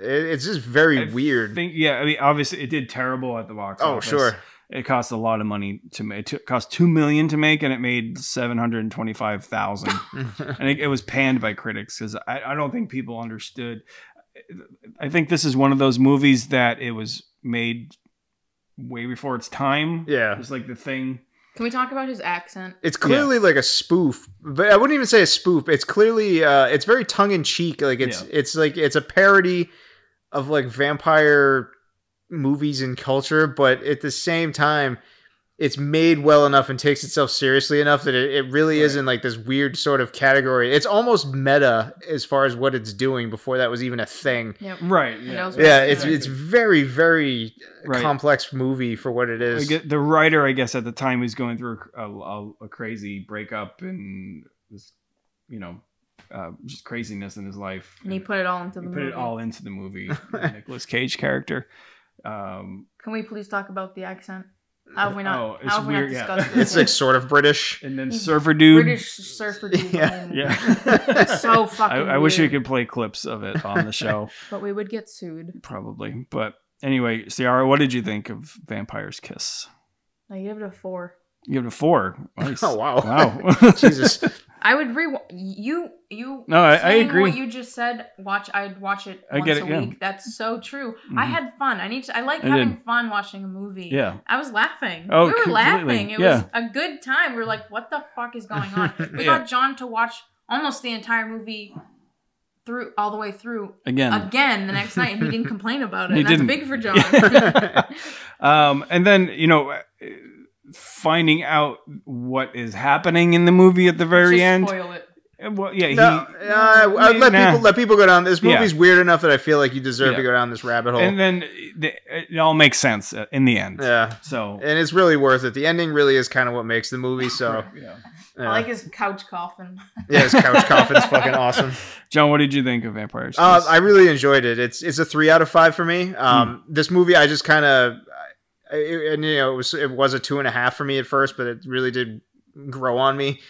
[SPEAKER 3] it, it's just very
[SPEAKER 2] I
[SPEAKER 3] weird
[SPEAKER 2] think yeah i mean obviously it did terrible at the box
[SPEAKER 3] oh
[SPEAKER 2] office.
[SPEAKER 3] sure
[SPEAKER 2] it cost a lot of money to make it took- cost 2 million to make and it made
[SPEAKER 3] *laughs*
[SPEAKER 2] 725000 and it, it was panned by critics because I, I don't think people understood i think this is one of those movies that it was made way before its time
[SPEAKER 3] yeah
[SPEAKER 2] it's like the thing
[SPEAKER 1] Can we talk about his accent?
[SPEAKER 3] It's clearly like a spoof, but I wouldn't even say a spoof. It's clearly uh it's very tongue in cheek. Like it's it's like it's a parody of like vampire movies and culture, but at the same time it's made well enough and takes itself seriously enough that it, it really
[SPEAKER 2] Right.
[SPEAKER 3] is in like this weird sort of category. It's almost meta as far as what it's doing before that was even a thing.
[SPEAKER 1] Yep.
[SPEAKER 2] right
[SPEAKER 1] It also-
[SPEAKER 3] Yeah, it's
[SPEAKER 2] Exactly.
[SPEAKER 3] it's very very
[SPEAKER 2] Right.
[SPEAKER 3] complex movie for what it
[SPEAKER 2] I
[SPEAKER 3] is.
[SPEAKER 2] get- the writer, I guess, at the time was going through a, a- a crazy breakup and this, you know, uh, just craziness in his life.
[SPEAKER 1] And he put it all into the
[SPEAKER 2] He
[SPEAKER 1] movie.
[SPEAKER 2] it all into the movie.
[SPEAKER 3] *laughs*
[SPEAKER 2] the Nicolas Cage character. Um,
[SPEAKER 1] Can we please talk about the accent? How have we not?
[SPEAKER 2] oh, it's
[SPEAKER 1] how have we
[SPEAKER 2] weird.
[SPEAKER 1] not
[SPEAKER 2] Yeah,
[SPEAKER 1] discussed
[SPEAKER 3] *laughs* It's like sort of
[SPEAKER 2] *laughs*
[SPEAKER 3] British. *laughs*
[SPEAKER 2] and then
[SPEAKER 1] He's
[SPEAKER 2] Surfer Dude.
[SPEAKER 1] British surfer dude.
[SPEAKER 3] Yeah.
[SPEAKER 2] Yeah. *laughs*
[SPEAKER 1] So fucking.
[SPEAKER 2] I, I wish we
[SPEAKER 1] weird.
[SPEAKER 2] could play clips of it on
[SPEAKER 3] *laughs*
[SPEAKER 2] the show,
[SPEAKER 1] But we would get sued.
[SPEAKER 2] probably. But anyway, Ciara, what did you think of Vampire's Kiss?
[SPEAKER 1] I give it a four.
[SPEAKER 2] You give it a
[SPEAKER 3] *laughs*
[SPEAKER 2] four. *laughs* Nice.
[SPEAKER 3] Oh wow.
[SPEAKER 2] Wow.
[SPEAKER 3] *laughs* Jesus.
[SPEAKER 1] I would re you you.
[SPEAKER 2] No, I- I
[SPEAKER 1] saying
[SPEAKER 2] agree.
[SPEAKER 1] What you just said, watch. I'd watch it
[SPEAKER 2] I
[SPEAKER 1] once
[SPEAKER 2] get
[SPEAKER 1] a
[SPEAKER 2] it, yeah.
[SPEAKER 1] week. That's so true. I
[SPEAKER 2] Mhm.
[SPEAKER 1] had fun. I need. To, I like
[SPEAKER 2] I
[SPEAKER 1] having
[SPEAKER 2] did.
[SPEAKER 1] fun watching a movie.
[SPEAKER 2] *laughs* yeah.
[SPEAKER 1] I was laughing.
[SPEAKER 2] Oh,
[SPEAKER 1] we were
[SPEAKER 2] completely,
[SPEAKER 1] laughing. It
[SPEAKER 2] yeah.
[SPEAKER 1] was a good time. We were like, "What the fuck is going
[SPEAKER 2] *laughs*
[SPEAKER 1] on?" We
[SPEAKER 2] Yeah.
[SPEAKER 1] got John to watch almost the entire movie through all the way through
[SPEAKER 2] Again.
[SPEAKER 1] again the next night, and he didn't complain about it.
[SPEAKER 2] *laughs* He
[SPEAKER 1] and that's
[SPEAKER 2] didn't.
[SPEAKER 1] big for John. *laughs*
[SPEAKER 2] um, and then you know, finding out what is happening in the movie at the very
[SPEAKER 1] Just
[SPEAKER 2] end.
[SPEAKER 1] Spoil it.
[SPEAKER 2] Well, yeah, he,
[SPEAKER 3] no, uh, I- I'd let
[SPEAKER 2] Nah.
[SPEAKER 3] people let people go down. This
[SPEAKER 2] Yeah.
[SPEAKER 3] movie's weird enough that I feel like you deserve to
[SPEAKER 2] Yeah.
[SPEAKER 3] go down this rabbit hole.
[SPEAKER 2] and then the, it all makes sense uh, in the end.
[SPEAKER 3] yeah,
[SPEAKER 2] So
[SPEAKER 3] and it's really worth it. The ending really is kind of what makes the movie. So
[SPEAKER 2] yeah.
[SPEAKER 1] I
[SPEAKER 3] yeah,
[SPEAKER 1] like his couch coffin.
[SPEAKER 3] yeah his couch coffin's fucking
[SPEAKER 2] *laughs*
[SPEAKER 3] awesome.
[SPEAKER 2] John, what did you think of Vampires?
[SPEAKER 3] Uh, I really enjoyed it. It's it's a three out of five for me. Um,
[SPEAKER 2] Hmm.
[SPEAKER 3] This movie, I just kind of, and you know, it was it was a two and a half for me at first, but it really did grow on me.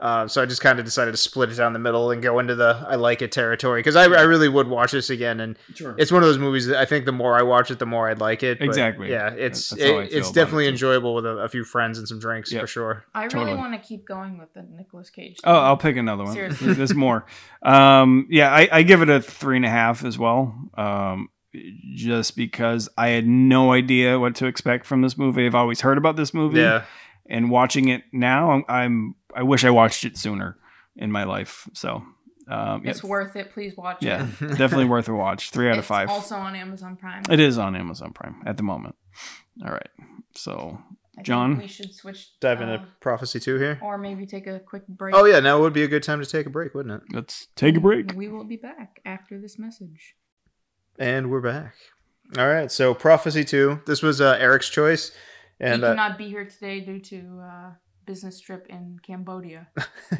[SPEAKER 3] Uh, so I just kind of decided to split it down the middle and go into the I like it territory because I, I really would watch this again and
[SPEAKER 2] sure.
[SPEAKER 3] it's one of those movies that I think the more I watch it, the more I'd like it. but
[SPEAKER 2] Exactly.
[SPEAKER 3] Yeah, it's
[SPEAKER 2] That's how I
[SPEAKER 3] it,
[SPEAKER 2] feel
[SPEAKER 3] it's
[SPEAKER 2] about
[SPEAKER 3] definitely
[SPEAKER 2] it, too.
[SPEAKER 3] enjoyable with a, a few friends and some drinks
[SPEAKER 2] Yep.
[SPEAKER 3] for sure.
[SPEAKER 1] I really
[SPEAKER 2] Totally.
[SPEAKER 1] want to keep going with the Nicolas Cage.
[SPEAKER 2] Oh,
[SPEAKER 1] thing.
[SPEAKER 2] I'll pick another one.
[SPEAKER 1] Seriously.
[SPEAKER 2] There's more. Um, yeah, I, I give it a three and a half as well. Um,
[SPEAKER 3] *laughs*
[SPEAKER 2] just because I had no idea what to expect from this movie. I've always heard about this movie.
[SPEAKER 3] Yeah,
[SPEAKER 2] and watching it now, I'm, I'm I wish I watched it sooner in my life. So um, yeah,
[SPEAKER 1] It's worth it. Please watch
[SPEAKER 2] Yeah.
[SPEAKER 1] it.
[SPEAKER 3] *laughs*
[SPEAKER 1] *laughs*
[SPEAKER 2] definitely worth a watch. Three out of
[SPEAKER 1] It's
[SPEAKER 2] five.
[SPEAKER 1] Also on Amazon Prime.
[SPEAKER 2] it is on Amazon Prime at the moment. All right, so
[SPEAKER 1] I think
[SPEAKER 2] John?
[SPEAKER 1] we should switch.
[SPEAKER 3] Dive into
[SPEAKER 1] uh,
[SPEAKER 3] Prophecy 2 here.
[SPEAKER 1] or maybe take a quick break.
[SPEAKER 3] Oh, yeah, now would be a good time to take a break, wouldn't it?
[SPEAKER 2] let's take
[SPEAKER 1] *laughs*
[SPEAKER 2] a break.
[SPEAKER 1] We will be back after this message.
[SPEAKER 3] And we're back. All right, so Prophecy 2. This was uh, Eric's choice. And
[SPEAKER 1] he
[SPEAKER 3] uh,
[SPEAKER 1] cannot be here today due to uh, business trip in
[SPEAKER 3] *laughs*
[SPEAKER 1] Cambodia.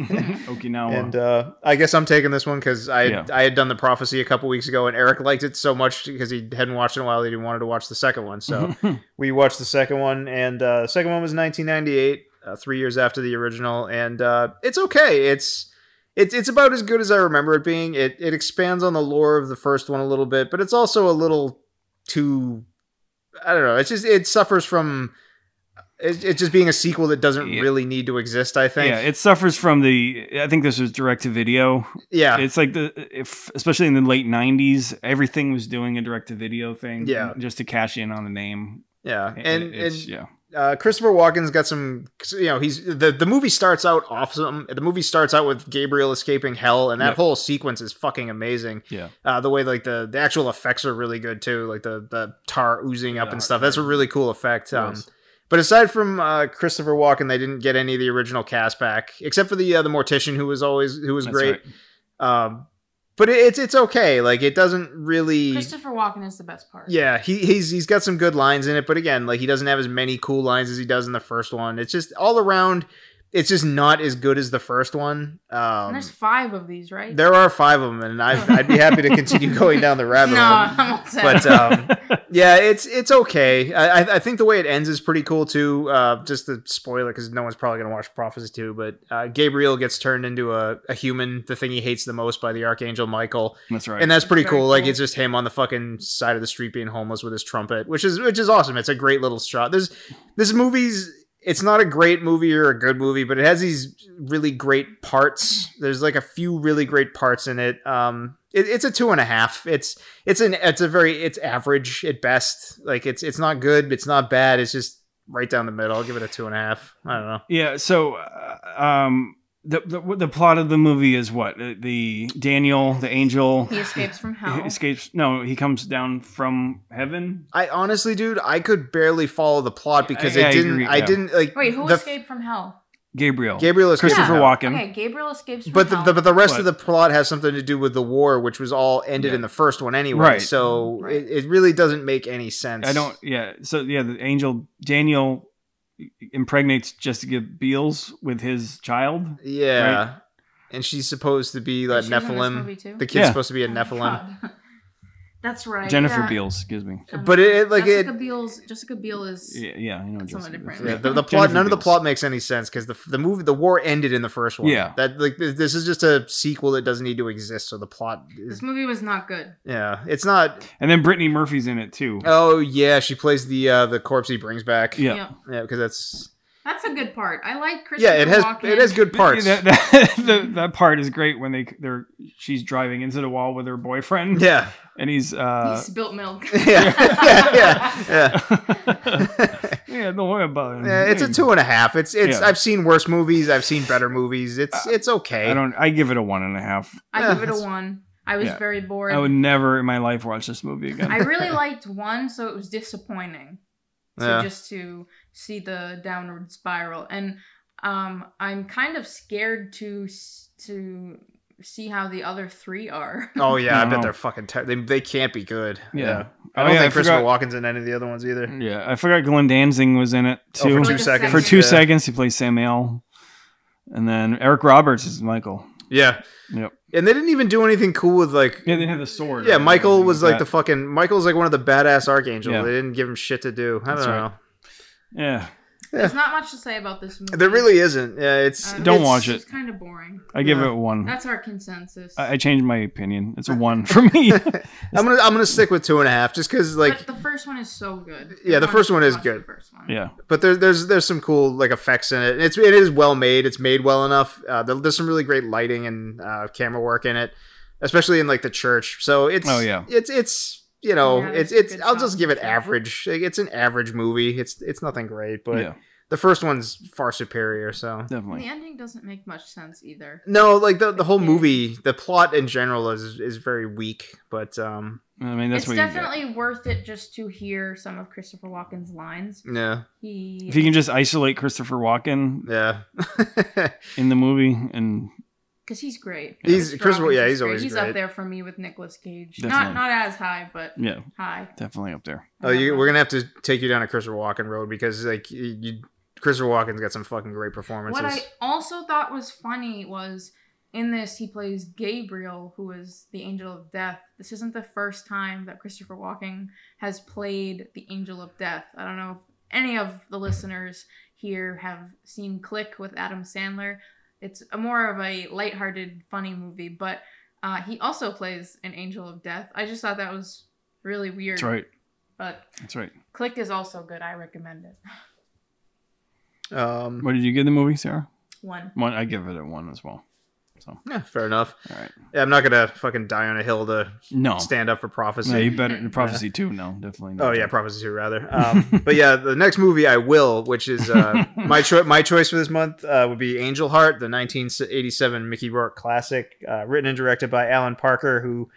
[SPEAKER 2] Okinawa.
[SPEAKER 3] And uh, I guess I'm taking this one because I
[SPEAKER 2] Yeah.
[SPEAKER 3] I had done the prophecy a couple weeks ago, and Eric liked it so much because he hadn't watched it in a while that he wanted to watch the second one.
[SPEAKER 2] *laughs*
[SPEAKER 3] So we watched the second one, and uh, the second one was 1998, uh, three years after the original, and uh, it's okay. It's it's it's about as good as I remember it being. It it expands on the lore of the first one a little bit, but it's also a little too. I don't know. It's just it suffers from. It, it just being a sequel that doesn't
[SPEAKER 2] Yeah.
[SPEAKER 3] really need to exist. I think.
[SPEAKER 2] yeah, it suffers from the. I think this was direct to video.
[SPEAKER 3] yeah.
[SPEAKER 2] It's like the if especially in the late '90s, everything was doing a direct to video thing.
[SPEAKER 3] Yeah.
[SPEAKER 2] just to cash in on the name.
[SPEAKER 3] yeah.
[SPEAKER 2] It-
[SPEAKER 3] And
[SPEAKER 2] it's-
[SPEAKER 3] and
[SPEAKER 2] yeah,
[SPEAKER 3] uh, Christopher Walken's got some, you know, he's the the movie starts out awesome. The movie starts out with Gabriel escaping hell, and that
[SPEAKER 2] Yep.
[SPEAKER 3] whole sequence is fucking amazing.
[SPEAKER 2] Yeah.
[SPEAKER 3] uh, the way like the the actual effects are really good too, like the the tar oozing up
[SPEAKER 2] Yeah,
[SPEAKER 3] and stuff. That's a really cool effect.
[SPEAKER 2] It
[SPEAKER 3] Um,
[SPEAKER 2] was.
[SPEAKER 3] but aside from uh, Christopher Walken, they didn't get any of the original cast back, except for the uh, the mortician who was always who was
[SPEAKER 2] that's
[SPEAKER 3] great.
[SPEAKER 2] right.
[SPEAKER 3] Um, but it, it's it's okay. Like it doesn't really.
[SPEAKER 1] Christopher Walken is the best part.
[SPEAKER 3] Yeah, he, he's he's got some good lines in it, but again, like he doesn't have as many cool lines as he does in the first one. It's just all around, it's just not as good as the first one.
[SPEAKER 1] And
[SPEAKER 3] Um,
[SPEAKER 1] there's five of these, right?
[SPEAKER 3] there are five of them,
[SPEAKER 1] *laughs*
[SPEAKER 3] and I've, I'd be happy to continue going down the
[SPEAKER 1] no,
[SPEAKER 3] rabbit hole.
[SPEAKER 1] *laughs* I'm all set.
[SPEAKER 3] But
[SPEAKER 1] *laughs*
[SPEAKER 3] um, yeah, it's it's okay. I, I- I think the way it ends is pretty cool too. Uh, just the spoiler because no one's probably gonna watch Prophecy two, but uh, Gabriel gets turned into a, a human, the thing he hates the most, by the archangel Michael
[SPEAKER 2] That's right.
[SPEAKER 3] and that's pretty
[SPEAKER 1] Very
[SPEAKER 3] cool. Like
[SPEAKER 1] cool.
[SPEAKER 3] it's just him on the fucking side of the street being homeless with his trumpet, which is which is awesome. It's a great little shot. There's this movie's it's not a great movie or a good movie, but it has these really great parts. There's like a few really great parts in it. Um, it, it's a two and a half. It's it's an it's a very it's average at best. Like it's it's not good. It's not bad. It's just right down the middle. I'll give it a two and a half. I don't know.
[SPEAKER 2] Yeah. So, uh, um, the, the the plot of the movie is what Uh, the Daniel, the angel,
[SPEAKER 1] he escapes
[SPEAKER 3] *laughs*
[SPEAKER 1] from
[SPEAKER 2] he
[SPEAKER 1] hell.
[SPEAKER 2] escapes. No, he comes down from heaven.
[SPEAKER 3] I honestly, dude, I could barely follow the plot because
[SPEAKER 2] I-
[SPEAKER 3] I,
[SPEAKER 2] I
[SPEAKER 3] didn't.
[SPEAKER 2] agree,
[SPEAKER 3] I
[SPEAKER 2] yeah.
[SPEAKER 3] didn't like.
[SPEAKER 1] Wait, who
[SPEAKER 3] the,
[SPEAKER 1] escaped from hell?
[SPEAKER 2] Gabriel,
[SPEAKER 3] Gabriel escaped
[SPEAKER 2] Christopher
[SPEAKER 3] from hell.
[SPEAKER 2] Walken.
[SPEAKER 1] Okay, Gabriel escapes from
[SPEAKER 3] But the,
[SPEAKER 1] hell.
[SPEAKER 3] the but the rest
[SPEAKER 2] But-
[SPEAKER 3] of the plot has something to do with the war, which was all ended
[SPEAKER 2] Yeah.
[SPEAKER 3] in the first one anyway.
[SPEAKER 2] Right.
[SPEAKER 3] So
[SPEAKER 1] Right.
[SPEAKER 3] It, it really doesn't make any sense.
[SPEAKER 2] I don't. Yeah. So yeah, the angel Daniel impregnates Jessica Beals with his child.
[SPEAKER 3] Yeah, and she's supposed to be like
[SPEAKER 1] She was in this
[SPEAKER 3] Nephilim.
[SPEAKER 1] movie too?
[SPEAKER 3] The kid's
[SPEAKER 2] Yeah.
[SPEAKER 3] supposed to be a
[SPEAKER 1] Oh my
[SPEAKER 3] Nephilim.
[SPEAKER 1] God. *laughs* That's right.
[SPEAKER 2] Jennifer
[SPEAKER 1] yeah.
[SPEAKER 2] Beals, excuse me.
[SPEAKER 1] Jennifer-
[SPEAKER 3] But it- it- like, it-
[SPEAKER 1] Jessica Biel's Jessica Biel is
[SPEAKER 2] Yeah, yeah, I know.
[SPEAKER 1] That's somewhat
[SPEAKER 2] Jessica Biel.
[SPEAKER 1] different.
[SPEAKER 3] Yeah, the, the plot.
[SPEAKER 2] Jennifer
[SPEAKER 3] none of the
[SPEAKER 2] Beals.
[SPEAKER 3] plot makes any sense because the the movie, the war ended in the first one.
[SPEAKER 2] Yeah.
[SPEAKER 3] that like th- this is just a sequel that doesn't need to exist. So the plot
[SPEAKER 1] This
[SPEAKER 3] is
[SPEAKER 1] movie was not good.
[SPEAKER 3] yeah, it's not.
[SPEAKER 2] And then Brittany Murphy's in it too.
[SPEAKER 3] Oh yeah, she plays the uh the corpse he brings back.
[SPEAKER 2] Yeah.
[SPEAKER 3] yeah, because that's
[SPEAKER 1] That's a good part. I like Christopher
[SPEAKER 3] yeah, it has
[SPEAKER 1] Walken.
[SPEAKER 3] it has good
[SPEAKER 2] *laughs*
[SPEAKER 3] parts.
[SPEAKER 2] That, that, the- that part is great when they they're she's driving into the wall with her boyfriend
[SPEAKER 3] Yeah,
[SPEAKER 2] and he's
[SPEAKER 1] He
[SPEAKER 2] uh
[SPEAKER 1] spilt milk.
[SPEAKER 3] *laughs* yeah, yeah,
[SPEAKER 1] *laughs*
[SPEAKER 3] yeah. yeah.
[SPEAKER 2] *laughs* yeah don't worry about it.
[SPEAKER 3] Yeah, it's a two and a half. It's it's.
[SPEAKER 2] Yeah. Uh,
[SPEAKER 3] I've seen worse movies. I've seen better movies. It's it's okay.
[SPEAKER 2] I don't. I give it a one and a half.
[SPEAKER 1] I
[SPEAKER 3] Yeah,
[SPEAKER 1] give it a
[SPEAKER 3] that's-
[SPEAKER 1] one. I was
[SPEAKER 2] Yeah.
[SPEAKER 1] very bored. *laughs*
[SPEAKER 2] I would never in my life watch this movie again.
[SPEAKER 1] I really liked one, so it was disappointing. So
[SPEAKER 3] Yeah.
[SPEAKER 1] just to see the downward spiral, and um, I'm kind of scared to s- to see how the other three are.
[SPEAKER 3] oh yeah, I bet
[SPEAKER 2] No.
[SPEAKER 3] they're fucking. Ter- they they can't be good.
[SPEAKER 2] yeah.
[SPEAKER 3] I don't
[SPEAKER 2] Oh, yeah,
[SPEAKER 3] think Christopher
[SPEAKER 2] forgot-
[SPEAKER 3] Walken's in any of the other ones either.
[SPEAKER 1] Mm.
[SPEAKER 2] Yeah, I forgot Glenn Danzig was in it
[SPEAKER 3] Oh,
[SPEAKER 2] too.
[SPEAKER 3] for
[SPEAKER 1] For
[SPEAKER 3] two
[SPEAKER 1] like a
[SPEAKER 3] seconds.
[SPEAKER 2] For two
[SPEAKER 3] Yeah.
[SPEAKER 2] seconds, he plays Samuel, and then Eric Roberts is Michael.
[SPEAKER 3] Yeah.
[SPEAKER 2] Yep.
[SPEAKER 3] And they didn't even do anything cool with like.
[SPEAKER 2] Yeah, they have the sword.
[SPEAKER 3] Yeah, Michael was like
[SPEAKER 2] that.
[SPEAKER 3] the fucking. Michael's like one of the badass archangels.
[SPEAKER 2] Yeah.
[SPEAKER 3] They didn't give him shit to do. I
[SPEAKER 2] That's
[SPEAKER 3] don't
[SPEAKER 2] right.
[SPEAKER 3] know.
[SPEAKER 2] yeah.
[SPEAKER 1] There's not much to say about this movie.
[SPEAKER 3] There really isn't. Yeah, it's.
[SPEAKER 1] Uh,
[SPEAKER 2] Don't
[SPEAKER 3] it's-
[SPEAKER 2] watch it.
[SPEAKER 1] It's kind of boring.
[SPEAKER 2] I give
[SPEAKER 3] Yeah.
[SPEAKER 2] it a one.
[SPEAKER 1] That's our consensus.
[SPEAKER 2] I, I changed my opinion. It's a one for
[SPEAKER 3] *laughs*
[SPEAKER 2] me. *laughs*
[SPEAKER 3] I'm gonna I'm gonna stick with two and a half just because like.
[SPEAKER 1] but the first one is so good.
[SPEAKER 3] Yeah, the
[SPEAKER 1] Everyone
[SPEAKER 3] first
[SPEAKER 1] should
[SPEAKER 3] one is
[SPEAKER 1] watch the
[SPEAKER 3] good.
[SPEAKER 1] first one.
[SPEAKER 2] yeah,
[SPEAKER 3] but there, there's there's some cool like effects in it. And It's it is well made. It's made well enough. Uh, there, there's some really great lighting and uh, camera work in it, especially in like the church. So it's
[SPEAKER 2] Oh, yeah.
[SPEAKER 3] it's it's you know
[SPEAKER 1] Yeah,
[SPEAKER 3] it's
[SPEAKER 1] there's
[SPEAKER 3] it's
[SPEAKER 1] good
[SPEAKER 3] I'll
[SPEAKER 1] shots
[SPEAKER 3] just give it
[SPEAKER 1] and stuff.
[SPEAKER 3] average. Like, It's an average movie. It's it's nothing great, but
[SPEAKER 2] yeah.
[SPEAKER 3] the first one's far superior. So
[SPEAKER 1] The
[SPEAKER 2] Definitely.
[SPEAKER 1] ending doesn't make much sense either.
[SPEAKER 3] no, like the the whole movie, the plot in general is is very weak. But um,
[SPEAKER 2] I mean, that's
[SPEAKER 1] it's
[SPEAKER 2] what
[SPEAKER 1] definitely worth it just to hear some of Christopher Walken's lines.
[SPEAKER 3] yeah,
[SPEAKER 1] He
[SPEAKER 2] you get. If you can just isolate Christopher Walken
[SPEAKER 3] yeah, *laughs*
[SPEAKER 2] in the movie, and
[SPEAKER 1] because he's great.
[SPEAKER 3] He's-
[SPEAKER 1] Christopher
[SPEAKER 3] Christopher-
[SPEAKER 1] Walken's
[SPEAKER 3] yeah,
[SPEAKER 1] just
[SPEAKER 3] he's
[SPEAKER 1] great.
[SPEAKER 3] always
[SPEAKER 1] he's
[SPEAKER 3] great.
[SPEAKER 1] up there for me with Nicolas Cage.
[SPEAKER 2] Definitely.
[SPEAKER 1] Not not as high, but
[SPEAKER 2] yeah,
[SPEAKER 1] high.
[SPEAKER 2] definitely up there.
[SPEAKER 3] oh, you, we're gonna have to take you down a Christopher Walken road because like you, you Christopher Walken's got some fucking great performances.
[SPEAKER 1] What I also thought was funny was in this he plays Gabriel, who is the angel of death. This isn't the first time that Christopher Walken has played the angel of death. I don't know if any of the listeners here have seen Click with Adam Sandler. It's a more of a lighthearted, funny movie, but uh, he also plays an angel of death. I just thought that was really weird.
[SPEAKER 2] That's right.
[SPEAKER 1] But
[SPEAKER 2] That's right.
[SPEAKER 1] Click is also good. I recommend it.
[SPEAKER 3] um,
[SPEAKER 2] What did you give the movie, Sarah?
[SPEAKER 1] One.
[SPEAKER 2] One. I give it a one as well.
[SPEAKER 3] yeah, fair enough.
[SPEAKER 2] All right.
[SPEAKER 3] Yeah, I'm not gonna fucking die on a hill to
[SPEAKER 2] No.
[SPEAKER 3] stand up for prophecy.
[SPEAKER 2] No, you better prophecy too. No, definitely. Not
[SPEAKER 3] Oh yeah, Prophecy Two rather. Um, but yeah, the next movie I will, which is uh, my cho- my choice for this month uh, would be Angel Heart, the 1987 Mickey Rourke classic, uh, written and directed by Alan Parker, who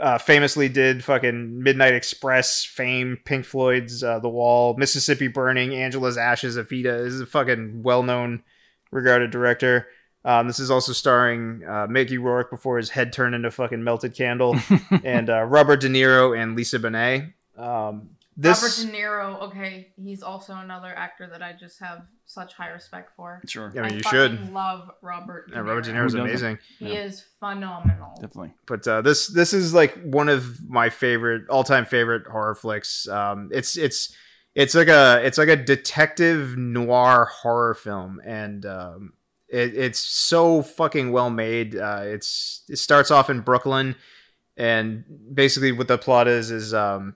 [SPEAKER 3] uh, famously did fucking Midnight Express, Fame, Pink Floyd's uh, The Wall, Mississippi Burning, Angela's Ashes, Evita. This is a fucking well known, regarded director. Um, this is also starring uh, Mickey Rourke before his head turned into fucking melted candle and uh, Robert De Niro and Lisa Bonet. Um, this,
[SPEAKER 1] Robert De Niro, okay, he's also another actor that I just have such high respect for.
[SPEAKER 2] sure.
[SPEAKER 3] I mean, you
[SPEAKER 1] fucking
[SPEAKER 3] should.
[SPEAKER 1] love Robert. De
[SPEAKER 3] yeah, Robert De
[SPEAKER 1] Niro.
[SPEAKER 3] Niro's
[SPEAKER 2] Who doesn't?
[SPEAKER 3] amazing,
[SPEAKER 1] He is phenomenal.
[SPEAKER 2] Definitely.
[SPEAKER 3] but uh, this this is like one of my favorite all time favorite horror flicks. Um, it's it's it's like a it's like a detective noir horror film, and um, it, it's so fucking well made. Uh, it's it starts off in Brooklyn, and basically what the plot is is um,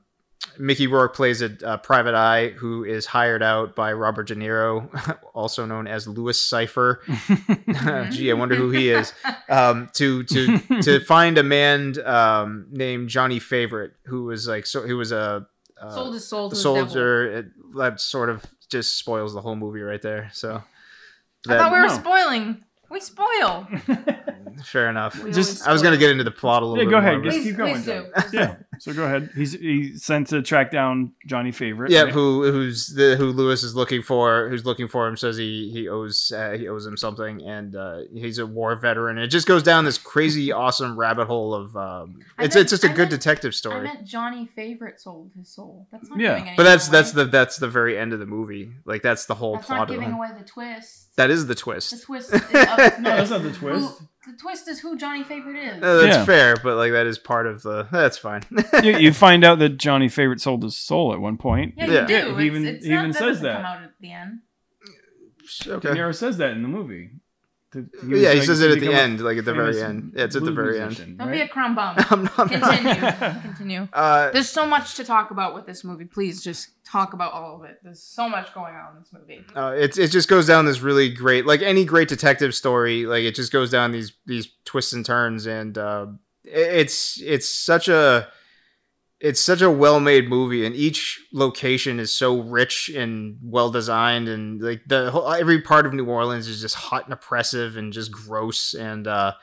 [SPEAKER 3] Mickey Rourke plays a, a private eye who is hired out by Robert De Niro, *laughs* also known as Louis Cipher. *laughs* Gee, I wonder who he is. Um,
[SPEAKER 2] *laughs*
[SPEAKER 3] to to
[SPEAKER 1] *laughs*
[SPEAKER 3] to find a man um, named Johnny Favorite who was like so who was a uh,
[SPEAKER 1] Sold his soul to
[SPEAKER 3] the
[SPEAKER 1] the
[SPEAKER 3] soldier. It, that sort of just spoils the whole movie right there. So
[SPEAKER 1] devil. I thought we were
[SPEAKER 2] No.
[SPEAKER 1] spoiling. We
[SPEAKER 2] *laughs*
[SPEAKER 1] spoil.
[SPEAKER 3] fair enough.
[SPEAKER 1] We
[SPEAKER 2] Just-
[SPEAKER 1] always
[SPEAKER 3] I was gonna
[SPEAKER 1] spoil.
[SPEAKER 3] get into the plot a little
[SPEAKER 2] Yeah,
[SPEAKER 3] bit.
[SPEAKER 2] go ahead,
[SPEAKER 3] more,
[SPEAKER 2] just
[SPEAKER 3] but-
[SPEAKER 1] Please,
[SPEAKER 2] keep going,
[SPEAKER 1] please do.
[SPEAKER 2] yeah. So go ahead. He's he sent to track down Johnny Favorite.
[SPEAKER 3] Yeah,
[SPEAKER 2] right?
[SPEAKER 3] who who's the who Lewis is looking for? Who's looking for him? Says he he owes uh, he owes him something, and uh, he's a war veteran. And it just goes down this crazy, awesome rabbit hole of um,
[SPEAKER 1] I
[SPEAKER 3] it's
[SPEAKER 1] meant-
[SPEAKER 3] it's just a
[SPEAKER 1] I
[SPEAKER 3] good
[SPEAKER 1] meant-
[SPEAKER 3] detective
[SPEAKER 1] I
[SPEAKER 3] story.
[SPEAKER 1] meant Johnny Favorite sold his soul. That's not
[SPEAKER 2] Yeah.
[SPEAKER 1] giving anything
[SPEAKER 3] but that's
[SPEAKER 1] away.
[SPEAKER 3] that's the that's the very end of the movie. Like that's the whole
[SPEAKER 1] that's not
[SPEAKER 3] plot of
[SPEAKER 1] giving
[SPEAKER 3] it.
[SPEAKER 1] away the twist.
[SPEAKER 3] That is the
[SPEAKER 1] the
[SPEAKER 3] twist.
[SPEAKER 1] twist. Is,
[SPEAKER 3] *laughs*
[SPEAKER 1] uh,
[SPEAKER 3] No, that's
[SPEAKER 2] not the twist.
[SPEAKER 1] Who, the twist is who Johnny Favorite is.
[SPEAKER 3] No, that's
[SPEAKER 2] Yeah.
[SPEAKER 3] fair, but like that is part of the. That's fine. *laughs*
[SPEAKER 2] you, you find out that Johnny Favorite sold his soul at one point.
[SPEAKER 1] yeah,
[SPEAKER 3] yeah.
[SPEAKER 1] you do.
[SPEAKER 2] Yeah, he
[SPEAKER 1] It's-
[SPEAKER 2] even-
[SPEAKER 1] it's
[SPEAKER 2] he
[SPEAKER 1] not-
[SPEAKER 2] even
[SPEAKER 1] that
[SPEAKER 2] says
[SPEAKER 1] doesn't
[SPEAKER 2] that.
[SPEAKER 1] Come out at the end.
[SPEAKER 2] De
[SPEAKER 3] okay.
[SPEAKER 2] Niro says that in the movie. To- was
[SPEAKER 3] Yeah, he
[SPEAKER 2] like,
[SPEAKER 3] says
[SPEAKER 2] to
[SPEAKER 3] it at the
[SPEAKER 2] become a
[SPEAKER 3] end, like at the very
[SPEAKER 2] famous
[SPEAKER 3] end. Yeah, it's at the
[SPEAKER 2] blues
[SPEAKER 3] very end.
[SPEAKER 2] musician,
[SPEAKER 1] Don't be a
[SPEAKER 2] right?
[SPEAKER 1] crumb
[SPEAKER 3] *laughs*
[SPEAKER 1] bum.
[SPEAKER 3] I'm
[SPEAKER 1] *laughs*
[SPEAKER 3] not.
[SPEAKER 1] Continue. Continue.
[SPEAKER 3] Uh,
[SPEAKER 1] There's so much to talk about with this movie. Please just talk about all of it. There's so much going on in this movie.
[SPEAKER 3] uh, it it just goes down this really great, like any great detective story, like it just goes down these these twists and turns, and uh, it- it's it's such a it's such a well made movie, and each location is so rich and well designed, and like the whole, every part of New Orleans is just hot and oppressive and just gross, and uh,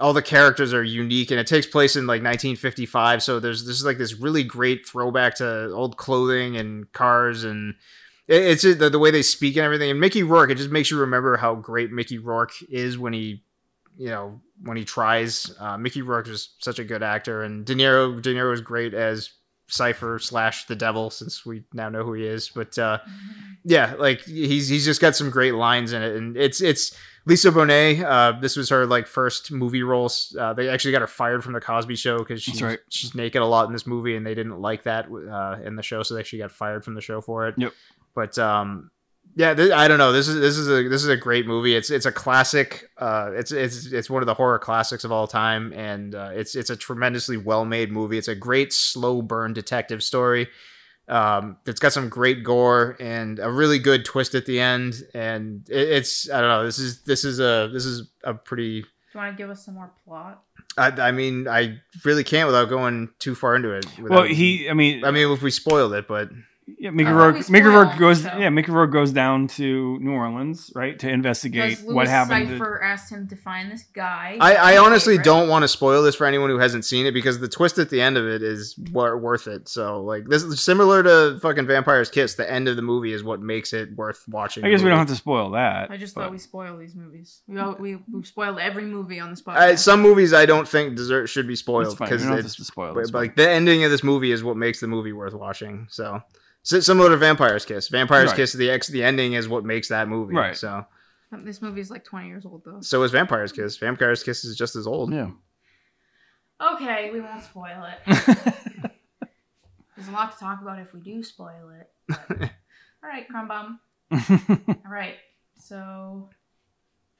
[SPEAKER 3] all the characters are unique, and it takes place in like 1955, so there's there's like this really great throwback to old clothing and cars and. It- It's just the, the way they speak and everything. And Mickey Rourke, it just makes you remember how great Mickey Rourke is when he, you know, when he tries. Uh, Mickey Rourke is such a good actor, and De Niro, De Niro is great as Cipher slash the Devil, since we now know who he is. But uh, yeah, like he's he's just got some great lines in it, and it's it's Lisa Bonet. Uh, this was her like first movie role. Uh, they actually got her fired from the Cosby Show because she's
[SPEAKER 2] right.
[SPEAKER 3] she's naked a lot in this movie, and they didn't like that uh, in the show, so they actually got fired from the show for it.
[SPEAKER 2] Yep.
[SPEAKER 3] But um, yeah, th- I don't know. This is this is a this is a great movie. It's it's a classic. Uh, it's it's it's one of the horror classics of all time, and uh, it's it's a tremendously well made movie. It's a great slow burn detective story. Um, it's got some great gore and a really good twist at the end. And it, it's I don't know. This is this is a this is a pretty.
[SPEAKER 1] Do you want to give us some more plot?
[SPEAKER 3] I, I mean, I really can't without going too far into it. Without,
[SPEAKER 2] Well, he. I mean,
[SPEAKER 3] I mean, if we spoiled it, but
[SPEAKER 2] yeah,
[SPEAKER 1] Oh,
[SPEAKER 2] Mickey
[SPEAKER 3] Uh,
[SPEAKER 2] Rourke.
[SPEAKER 1] he's
[SPEAKER 2] Mickey Rourke
[SPEAKER 1] spoiled,
[SPEAKER 2] goes.
[SPEAKER 1] so.
[SPEAKER 2] Yeah, Mickey Rourke goes down to New Orleans, right, to investigate
[SPEAKER 1] Because
[SPEAKER 2] what
[SPEAKER 1] Louis
[SPEAKER 2] happened. to-
[SPEAKER 1] Cipher asked him to find this guy.
[SPEAKER 3] I, I
[SPEAKER 1] His
[SPEAKER 3] honestly
[SPEAKER 1] favorite.
[SPEAKER 3] don't want to spoil this for anyone who hasn't seen it because the twist at the end of it is wor- worth it. So like this is similar to fucking Vampire's Kiss. The end of the movie is what makes it worth watching.
[SPEAKER 2] I guess we don't have to spoil that.
[SPEAKER 1] I just
[SPEAKER 2] but-
[SPEAKER 1] thought we spoil these movies. We all, we we spoiled every movie on this podcast.
[SPEAKER 3] I, some movies I don't think deserve should be
[SPEAKER 2] It's
[SPEAKER 3] spoiled
[SPEAKER 2] fine.
[SPEAKER 3] because
[SPEAKER 2] we don't have
[SPEAKER 3] it's
[SPEAKER 2] to spoil
[SPEAKER 3] but,
[SPEAKER 2] this one.
[SPEAKER 3] like the ending of this movie is what makes the movie worth watching. So si- similar to Vampire's Kiss. Vampire's
[SPEAKER 2] Right.
[SPEAKER 3] Kiss. The ex the ending is what makes that movie.
[SPEAKER 2] Right.
[SPEAKER 3] So
[SPEAKER 1] this movie's like 20 years old though.
[SPEAKER 3] so is Vampire's Kiss. Vampire's Kiss is just as old. *laughs*
[SPEAKER 2] yeah. *laughs*
[SPEAKER 1] Okay, we won't spoil it. There's a lot to talk about if we do spoil it.
[SPEAKER 3] *laughs*
[SPEAKER 1] but- All right, Crumbum. All right. So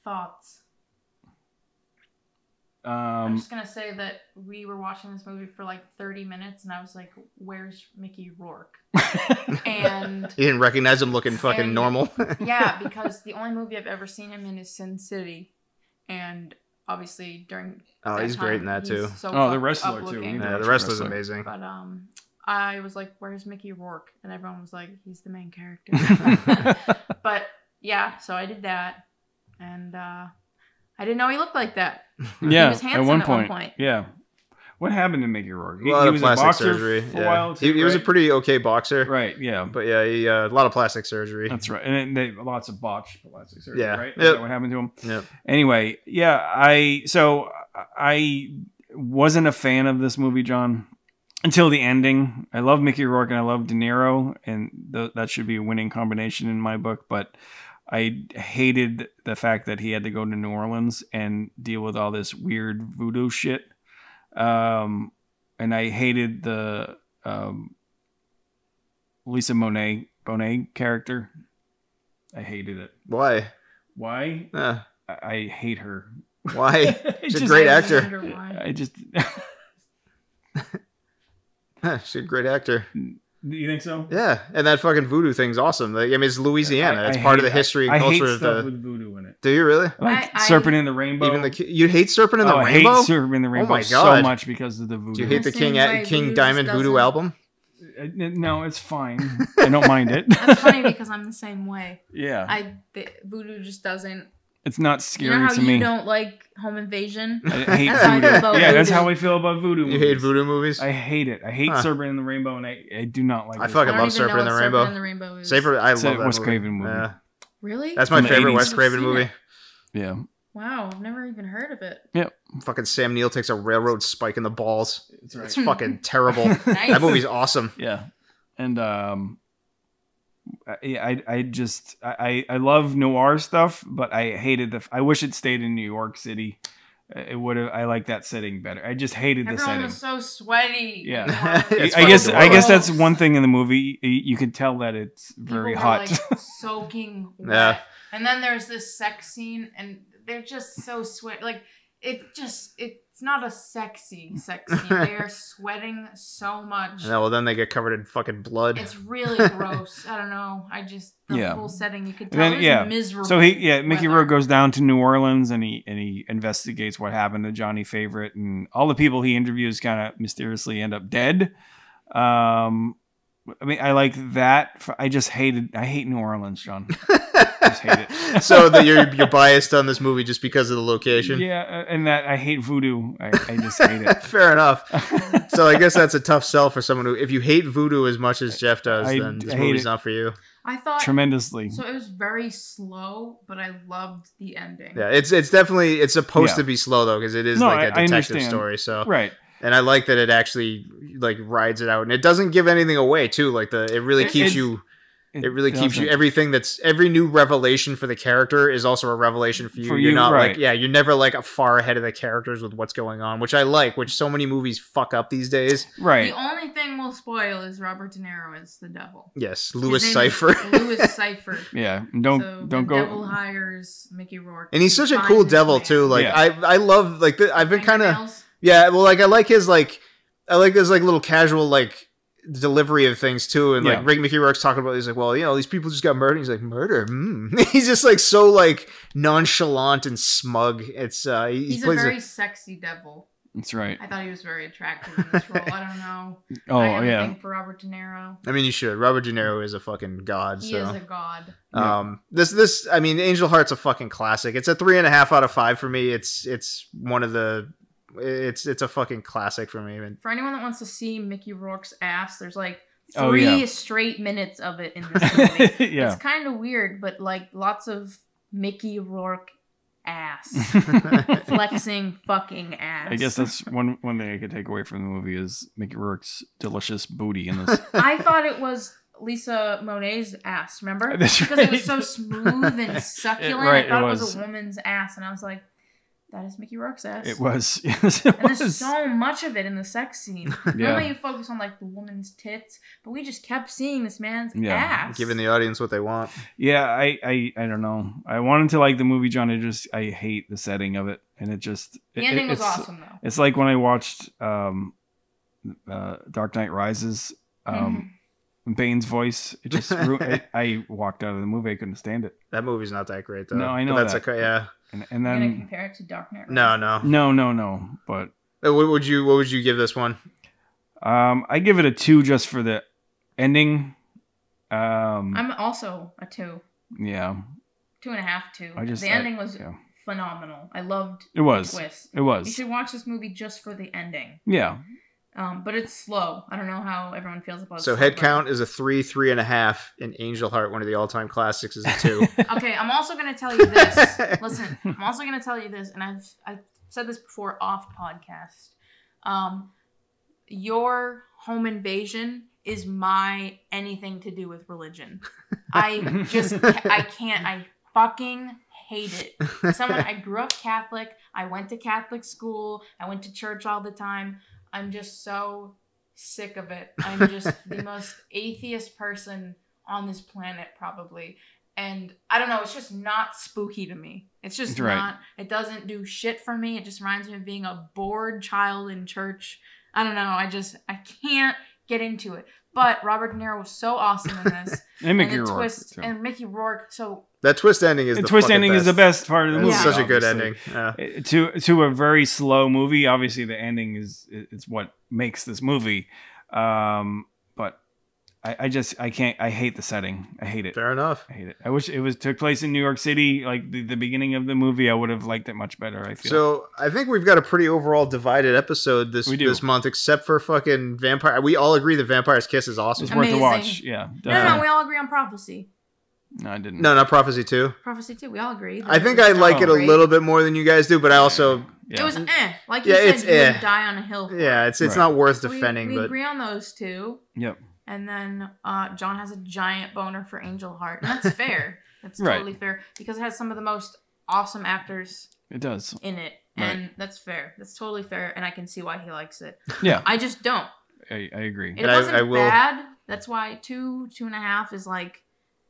[SPEAKER 1] thoughts. I'm
[SPEAKER 2] um,
[SPEAKER 1] just gonna say that we were watching this movie for like 30 minutes, and I was like, "Where's Mickey
[SPEAKER 2] *laughs*
[SPEAKER 1] Rourke?" And
[SPEAKER 3] You didn't recognize him looking fucking
[SPEAKER 1] And-
[SPEAKER 3] normal.
[SPEAKER 1] yeah, because the only movie I've ever seen him in is Sin City, and obviously during
[SPEAKER 3] *laughs* oh,
[SPEAKER 1] that
[SPEAKER 3] he's great
[SPEAKER 1] time,
[SPEAKER 3] in that
[SPEAKER 1] he's
[SPEAKER 3] too.
[SPEAKER 1] so
[SPEAKER 2] oh,
[SPEAKER 1] fucked
[SPEAKER 2] the
[SPEAKER 1] up
[SPEAKER 2] wrestler too. We
[SPEAKER 1] looking.
[SPEAKER 2] need to
[SPEAKER 3] Yeah,
[SPEAKER 2] watch
[SPEAKER 3] the wrestler's amazing.
[SPEAKER 1] But um, I was like, "Where's Mickey Rourke?" And everyone was like, "He's the main
[SPEAKER 3] *laughs*
[SPEAKER 1] character." but yeah, so I did that, and uh, I didn't know he looked like that.
[SPEAKER 3] *laughs*
[SPEAKER 2] yeah,
[SPEAKER 1] was
[SPEAKER 2] at
[SPEAKER 1] handsome
[SPEAKER 2] one
[SPEAKER 1] at one
[SPEAKER 2] point.
[SPEAKER 1] point.
[SPEAKER 2] Yeah. What happened to Mickey Rourke?
[SPEAKER 3] a lot of
[SPEAKER 2] was
[SPEAKER 3] plastic
[SPEAKER 2] boxer
[SPEAKER 3] surgery.
[SPEAKER 2] for
[SPEAKER 3] yeah.
[SPEAKER 2] a while.
[SPEAKER 3] he,
[SPEAKER 2] too,
[SPEAKER 3] he was a
[SPEAKER 2] right?
[SPEAKER 3] pretty okay boxer,
[SPEAKER 2] Right. Yeah.
[SPEAKER 3] but yeah, he, uh, a lot of plastic surgery.
[SPEAKER 2] That's right. And then they, lots of botched plastic surgery,
[SPEAKER 3] Yeah.
[SPEAKER 2] right? Is
[SPEAKER 3] Yep.
[SPEAKER 2] that what happened to him?
[SPEAKER 3] Yep.
[SPEAKER 2] Anyway, yeah, I so I wasn't a fan of this movie, John, until the ending. I love Mickey Rourke and I love De Niro, and th- that should be a winning combination in my book, but I hated the fact that he had to go to New Orleans and deal with all this weird voodoo shit. Um, and I hated the um, Lisa Monet Bonet character. I hated it.
[SPEAKER 3] Why?
[SPEAKER 2] Why?
[SPEAKER 3] Uh,
[SPEAKER 2] I I hate her.
[SPEAKER 1] *laughs*
[SPEAKER 2] *laughs*
[SPEAKER 3] why? *laughs*
[SPEAKER 2] She's
[SPEAKER 3] a Great
[SPEAKER 1] I
[SPEAKER 3] actor.
[SPEAKER 1] wonder why.
[SPEAKER 2] I just. *laughs*
[SPEAKER 3] She's a great actor.
[SPEAKER 2] you think so?
[SPEAKER 3] Yeah, and that fucking voodoo thing's awesome. Like, I mean, it's Louisiana.
[SPEAKER 2] I-
[SPEAKER 3] That's
[SPEAKER 2] I
[SPEAKER 3] part of
[SPEAKER 2] hate-
[SPEAKER 3] the history
[SPEAKER 2] I
[SPEAKER 3] and
[SPEAKER 2] hate
[SPEAKER 3] culture of
[SPEAKER 2] stuff
[SPEAKER 3] the.
[SPEAKER 2] with voodoo in it.
[SPEAKER 3] Do you really?
[SPEAKER 2] Like
[SPEAKER 1] I-
[SPEAKER 2] serpent in the rainbow.
[SPEAKER 3] Even the ki- you hate Serpent in the
[SPEAKER 2] Oh, I
[SPEAKER 3] Rainbow.
[SPEAKER 2] hate serpent in the rainbow
[SPEAKER 3] my
[SPEAKER 2] so
[SPEAKER 3] God.
[SPEAKER 2] much because of the voodoo.
[SPEAKER 3] Do you hate the
[SPEAKER 1] Same
[SPEAKER 3] King
[SPEAKER 1] way
[SPEAKER 3] King
[SPEAKER 1] voodoo
[SPEAKER 3] Diamond
[SPEAKER 1] just
[SPEAKER 3] Voodoo
[SPEAKER 1] doesn't-
[SPEAKER 3] album?
[SPEAKER 2] Uh, n- no, it's
[SPEAKER 3] *laughs*
[SPEAKER 2] fine. I don't mind it.
[SPEAKER 1] That's
[SPEAKER 2] *laughs*
[SPEAKER 1] funny because I'm the same way.
[SPEAKER 2] yeah,
[SPEAKER 1] I the, voodoo just doesn't.
[SPEAKER 2] it's not
[SPEAKER 1] You
[SPEAKER 2] scary
[SPEAKER 1] know how
[SPEAKER 2] to
[SPEAKER 1] you
[SPEAKER 2] me.
[SPEAKER 1] don't like home invasion. *laughs*
[SPEAKER 2] I I hate
[SPEAKER 3] That's how I
[SPEAKER 2] voodoo.
[SPEAKER 3] feel
[SPEAKER 2] Yeah,
[SPEAKER 3] about
[SPEAKER 2] that's
[SPEAKER 1] voodoo.
[SPEAKER 2] how I feel about voodoo.
[SPEAKER 3] You hate
[SPEAKER 2] movies.
[SPEAKER 3] voodoo movies?
[SPEAKER 2] I hate it. I hate
[SPEAKER 3] Huh.
[SPEAKER 2] serpent in the rainbow, and I, I do not like.
[SPEAKER 3] I
[SPEAKER 2] it.
[SPEAKER 3] fucking
[SPEAKER 1] don't
[SPEAKER 3] love
[SPEAKER 1] even
[SPEAKER 3] Serpent
[SPEAKER 1] know
[SPEAKER 3] in the
[SPEAKER 1] what
[SPEAKER 3] Rainbow.
[SPEAKER 1] Serpent in the Rainbow is.
[SPEAKER 3] Safer. I love
[SPEAKER 2] It's a
[SPEAKER 3] that
[SPEAKER 2] Wes
[SPEAKER 3] movie.
[SPEAKER 2] Craven movie.
[SPEAKER 3] Yeah.
[SPEAKER 1] Really?
[SPEAKER 3] That's my
[SPEAKER 2] From the
[SPEAKER 3] favorite
[SPEAKER 2] 80s.
[SPEAKER 3] Wes Craven
[SPEAKER 1] Never seen
[SPEAKER 3] movie.
[SPEAKER 2] yeah.
[SPEAKER 1] Wow, I've never even heard of
[SPEAKER 2] *laughs*
[SPEAKER 1] it.
[SPEAKER 3] Fucking Sam Neill takes a railroad spike in the balls.
[SPEAKER 2] It's *laughs*
[SPEAKER 3] It's
[SPEAKER 2] right.
[SPEAKER 3] fucking terrible.
[SPEAKER 1] Nice.
[SPEAKER 3] That movie's awesome.
[SPEAKER 2] Yeah, and um, I- I I just I I I love noir stuff, but I hated the. I wish it stayed in New York City. It would have. I like that setting better. I just hated the
[SPEAKER 1] Everyone
[SPEAKER 2] setting.
[SPEAKER 1] was so sweaty.
[SPEAKER 2] Yeah.
[SPEAKER 3] *laughs*
[SPEAKER 1] Wow.
[SPEAKER 2] I
[SPEAKER 3] It's
[SPEAKER 2] I guess I guess that's
[SPEAKER 1] gross.
[SPEAKER 2] one thing in the movie. y- You can tell that it's
[SPEAKER 1] People
[SPEAKER 2] very
[SPEAKER 1] were,
[SPEAKER 2] hot.
[SPEAKER 1] Like, soaking wet.
[SPEAKER 3] *laughs* Yeah.
[SPEAKER 1] And then there's this sex scene, and they're just so sweat. Like it just it's not a sexy sex scene. they
[SPEAKER 3] *laughs*
[SPEAKER 1] are sweating so much.
[SPEAKER 3] No, well, then they get covered in
[SPEAKER 2] *laughs*
[SPEAKER 3] fucking blood. *laughs*
[SPEAKER 1] It's really gross. I don't know. I just the
[SPEAKER 2] Yeah.
[SPEAKER 1] whole setting you could
[SPEAKER 2] And
[SPEAKER 1] tell
[SPEAKER 2] then-
[SPEAKER 1] is
[SPEAKER 2] yeah.
[SPEAKER 1] miserable.
[SPEAKER 2] so he yeah, Mickey
[SPEAKER 1] weather.
[SPEAKER 2] Rourke goes down to New Orleans and he and he investigates what happened to Johnny Favorite and all the people he interviews kind of mysteriously end up dead. Um I mean, I like that. I just hated. I hate New Orleans, John. just hate it.
[SPEAKER 3] so that you're you're biased on this movie just because of the location.
[SPEAKER 2] *laughs* Yeah, uh, and that I hate voodoo. I, I just hate it.
[SPEAKER 3] Fair enough.
[SPEAKER 1] *laughs*
[SPEAKER 2] I
[SPEAKER 3] So I guess that's a tough sell for someone who, if you hate voodoo as much as Jeff does,
[SPEAKER 2] I-
[SPEAKER 3] then this
[SPEAKER 2] I hate
[SPEAKER 3] movie's
[SPEAKER 2] it.
[SPEAKER 3] not for you.
[SPEAKER 1] I thought
[SPEAKER 2] tremendously.
[SPEAKER 1] so. It was very slow, but I loved the ending.
[SPEAKER 3] Yeah, it's it's definitely it's supposed
[SPEAKER 2] Yeah.
[SPEAKER 3] to be slow though because it is
[SPEAKER 2] No, I- I
[SPEAKER 3] like a detective
[SPEAKER 2] understand.
[SPEAKER 3] story. So
[SPEAKER 2] Right.
[SPEAKER 3] and I like that it actually like rides it out and it doesn't give anything away too. Like the it really
[SPEAKER 1] It-
[SPEAKER 3] keeps
[SPEAKER 2] it-
[SPEAKER 3] you it
[SPEAKER 2] *laughs*
[SPEAKER 3] really keeps you
[SPEAKER 2] doesn't.
[SPEAKER 3] everything that's every new revelation for the character is also a revelation for you.
[SPEAKER 2] For
[SPEAKER 3] you're
[SPEAKER 2] you,
[SPEAKER 3] not
[SPEAKER 2] right.
[SPEAKER 3] like yeah, you're never like far ahead of the characters with what's going on, which I like, which so many movies fuck up these days.
[SPEAKER 2] right.
[SPEAKER 1] The only thing we'll spoil is Robert De Niro is the devil.
[SPEAKER 3] Yes,
[SPEAKER 1] His
[SPEAKER 3] Louis
[SPEAKER 1] name is
[SPEAKER 3] Cipher.
[SPEAKER 1] *laughs* Louis Cipher.
[SPEAKER 2] *laughs* Yeah. and Don't
[SPEAKER 1] So the
[SPEAKER 2] don't go.
[SPEAKER 1] Devil hires Mickey Rourke,
[SPEAKER 3] *laughs* and he's such a
[SPEAKER 1] Finds
[SPEAKER 3] cool
[SPEAKER 1] this
[SPEAKER 3] devil
[SPEAKER 1] man.
[SPEAKER 3] too. Like
[SPEAKER 2] Yeah.
[SPEAKER 3] I I love like the, I've been kind of
[SPEAKER 1] Fingernails.
[SPEAKER 3] yeah, well like I like his like I like his like little casual like delivery of things too and
[SPEAKER 2] Yeah.
[SPEAKER 3] like Rick Mickey Rourke's talking about he's like well you know these people just got murdered he's like murder mm. *laughs* he's just like so like nonchalant and smug it's uh he, he
[SPEAKER 1] He's a
[SPEAKER 3] plays a
[SPEAKER 1] very sexy devil.
[SPEAKER 2] That's right.
[SPEAKER 1] I thought he was very attractive in this role. I don't know.
[SPEAKER 2] *laughs* Oh
[SPEAKER 1] I have a
[SPEAKER 2] yeah.
[SPEAKER 1] thing for Robert De Niro.
[SPEAKER 3] I mean, you should. Robert De Niro is a fucking god.
[SPEAKER 1] He
[SPEAKER 3] so
[SPEAKER 1] is a god.
[SPEAKER 2] Yeah.
[SPEAKER 3] Um, this this I mean, Angel Heart's a fucking classic. It's a three and a half out of five for me. It's it's one of the it's it's a fucking classic for me. And
[SPEAKER 1] For anyone that wants to see Mickey Rourke's ass, there's like
[SPEAKER 2] Oh,
[SPEAKER 1] three
[SPEAKER 2] yeah.
[SPEAKER 1] straight minutes of it in this
[SPEAKER 2] *laughs*
[SPEAKER 1] movie.
[SPEAKER 2] yeah.
[SPEAKER 1] It's kind of weird, but like lots of Mickey Rourke ass.
[SPEAKER 2] *laughs*
[SPEAKER 1] *laughs* flexing fucking ass.
[SPEAKER 2] I guess that's one one thing I could take away from the movie is Mickey Rourke's delicious booty in this.
[SPEAKER 1] *laughs* I thought it was Lisa Monet's ass, remember?
[SPEAKER 2] *laughs* That's
[SPEAKER 1] because it was so
[SPEAKER 2] right.
[SPEAKER 1] smooth and succulent.
[SPEAKER 2] right,
[SPEAKER 1] I
[SPEAKER 2] *laughs* it
[SPEAKER 1] thought it was.
[SPEAKER 2] was.
[SPEAKER 1] a woman's ass, and I was like, that is Mickey Rourke's ass.
[SPEAKER 2] it was. *laughs* Yes, it
[SPEAKER 1] And
[SPEAKER 2] was.
[SPEAKER 1] there's so much of it in the sex
[SPEAKER 2] *laughs*
[SPEAKER 1] scene. Normally
[SPEAKER 2] yeah.
[SPEAKER 1] you focus on like the woman's tits, but we just kept seeing this man's
[SPEAKER 2] Yeah,
[SPEAKER 1] ass.
[SPEAKER 3] giving the audience what they want.
[SPEAKER 2] Yeah. I, I. I. don't know. I wanted to like the movie, John. I just. I hate the setting of it, and it just.
[SPEAKER 1] The
[SPEAKER 2] it-
[SPEAKER 1] ending
[SPEAKER 2] it-
[SPEAKER 1] was
[SPEAKER 2] it's-
[SPEAKER 1] awesome though.
[SPEAKER 2] It's like when I watched um, uh, Dark Knight Rises.
[SPEAKER 1] Mm-hmm.
[SPEAKER 2] Um, Bane's voice. It
[SPEAKER 1] *laughs*
[SPEAKER 2] just. Ru- I, I walked out of the movie. I couldn't stand it.
[SPEAKER 3] That movie's not that great though.
[SPEAKER 2] No, I
[SPEAKER 3] But
[SPEAKER 2] know
[SPEAKER 3] that's
[SPEAKER 2] that.
[SPEAKER 3] okay. Yeah.
[SPEAKER 2] And, and
[SPEAKER 1] I'm gonna
[SPEAKER 2] then
[SPEAKER 1] compare it to Dark Knight.
[SPEAKER 3] No,
[SPEAKER 1] Rises.
[SPEAKER 3] no.
[SPEAKER 2] no, no, no. But
[SPEAKER 3] Uh, What would you What would you give this one?
[SPEAKER 2] um, I give it a two just for the ending. Um,
[SPEAKER 1] I'm also a two,
[SPEAKER 2] yeah,
[SPEAKER 1] two and a half, two.
[SPEAKER 2] I just
[SPEAKER 1] the
[SPEAKER 2] I-
[SPEAKER 1] ending was
[SPEAKER 2] yeah.
[SPEAKER 1] phenomenal. I loved
[SPEAKER 2] It was.
[SPEAKER 1] twist.
[SPEAKER 2] It
[SPEAKER 1] You
[SPEAKER 2] was.
[SPEAKER 1] should watch this movie just for the ending.
[SPEAKER 2] Yeah.
[SPEAKER 1] Um, but it's slow. I don't know how everyone feels about.
[SPEAKER 3] So
[SPEAKER 1] slow burn.
[SPEAKER 3] head count is a three, three and a half, and Angel Heart, one of the all time classics, is a two.
[SPEAKER 1] Okay, I'm also gonna tell you this. Listen, I'm also gonna tell you this, and I've I said this before off podcast. Um, your home invasion is my anything to do with religion. I just ca- I can't. I fucking hate it. *laughs*
[SPEAKER 2] *laughs*
[SPEAKER 1] someone I grew up Catholic. I went to Catholic school. I went to church all the time. I'm just so sick of it. I'm
[SPEAKER 2] *laughs*
[SPEAKER 1] just the most atheist person on this planet probably. And I don't know, it's just not spooky to me. It's just
[SPEAKER 2] Right.
[SPEAKER 1] not it doesn't do shit for me. It just reminds me of being a bored child in church. I don't know, I just I can't get into it. But Robert De Niro was so awesome in this.
[SPEAKER 2] And *laughs* Mickey
[SPEAKER 1] and the
[SPEAKER 2] Rourke.
[SPEAKER 1] twist
[SPEAKER 2] too.
[SPEAKER 1] and Mickey Rourke, so
[SPEAKER 3] *laughs* that twist ending is
[SPEAKER 2] the
[SPEAKER 3] the
[SPEAKER 2] twist
[SPEAKER 3] fucking
[SPEAKER 2] ending is the best part of the
[SPEAKER 3] That's
[SPEAKER 2] movie.
[SPEAKER 1] Yeah.
[SPEAKER 3] such a good
[SPEAKER 2] obviously.
[SPEAKER 3] ending. Yeah.
[SPEAKER 2] Uh, To to a very slow movie. Obviously, the ending is it's what makes this movie. Um, but I, I just I can't. I hate the setting. I hate it.
[SPEAKER 3] Fair enough.
[SPEAKER 2] I hate it. I wish it was took place in New York City, like the, the beginning of the movie. I would have liked it much better. I feel.
[SPEAKER 3] So I think we've got a pretty overall divided episode this
[SPEAKER 2] We do.
[SPEAKER 3] this month, except for fucking vampire. We all agree that Vampire's Kiss is
[SPEAKER 2] it's
[SPEAKER 3] awesome.
[SPEAKER 2] worth a
[SPEAKER 1] Amazing.
[SPEAKER 2] watch. Yeah.
[SPEAKER 1] No, no,
[SPEAKER 2] definitely.
[SPEAKER 1] we all agree on prophecy.
[SPEAKER 2] No, I didn't.
[SPEAKER 3] No, not Prophecy Two.
[SPEAKER 1] Prophecy too. We all agree.
[SPEAKER 3] I think I like it a
[SPEAKER 1] Great.
[SPEAKER 3] little bit more than you guys do, but I also
[SPEAKER 2] Yeah.
[SPEAKER 1] It was eh. Like you
[SPEAKER 3] Yeah,
[SPEAKER 1] said,
[SPEAKER 3] it's
[SPEAKER 1] you would
[SPEAKER 3] eh.
[SPEAKER 1] die on a hill. for
[SPEAKER 3] yeah,
[SPEAKER 1] it.
[SPEAKER 3] it's it's
[SPEAKER 2] Right.
[SPEAKER 3] not worth
[SPEAKER 1] We-
[SPEAKER 3] defending.
[SPEAKER 1] We,
[SPEAKER 3] but
[SPEAKER 1] agree on those two,
[SPEAKER 2] Yep.
[SPEAKER 1] and then uh, John has a giant boner for Angel Heart, and
[SPEAKER 3] *laughs*
[SPEAKER 1] that's fair. that's
[SPEAKER 2] Right.
[SPEAKER 1] totally fair because it has some of the most awesome actors
[SPEAKER 2] It does.
[SPEAKER 1] in it,
[SPEAKER 2] Right.
[SPEAKER 1] and that's fair. That's totally fair, and I can see why he likes it.
[SPEAKER 2] Yeah.
[SPEAKER 1] I just don't.
[SPEAKER 2] I, I agree.
[SPEAKER 1] It
[SPEAKER 3] And I-
[SPEAKER 1] wasn't
[SPEAKER 3] I will-
[SPEAKER 1] bad. That's why two, two and a half is like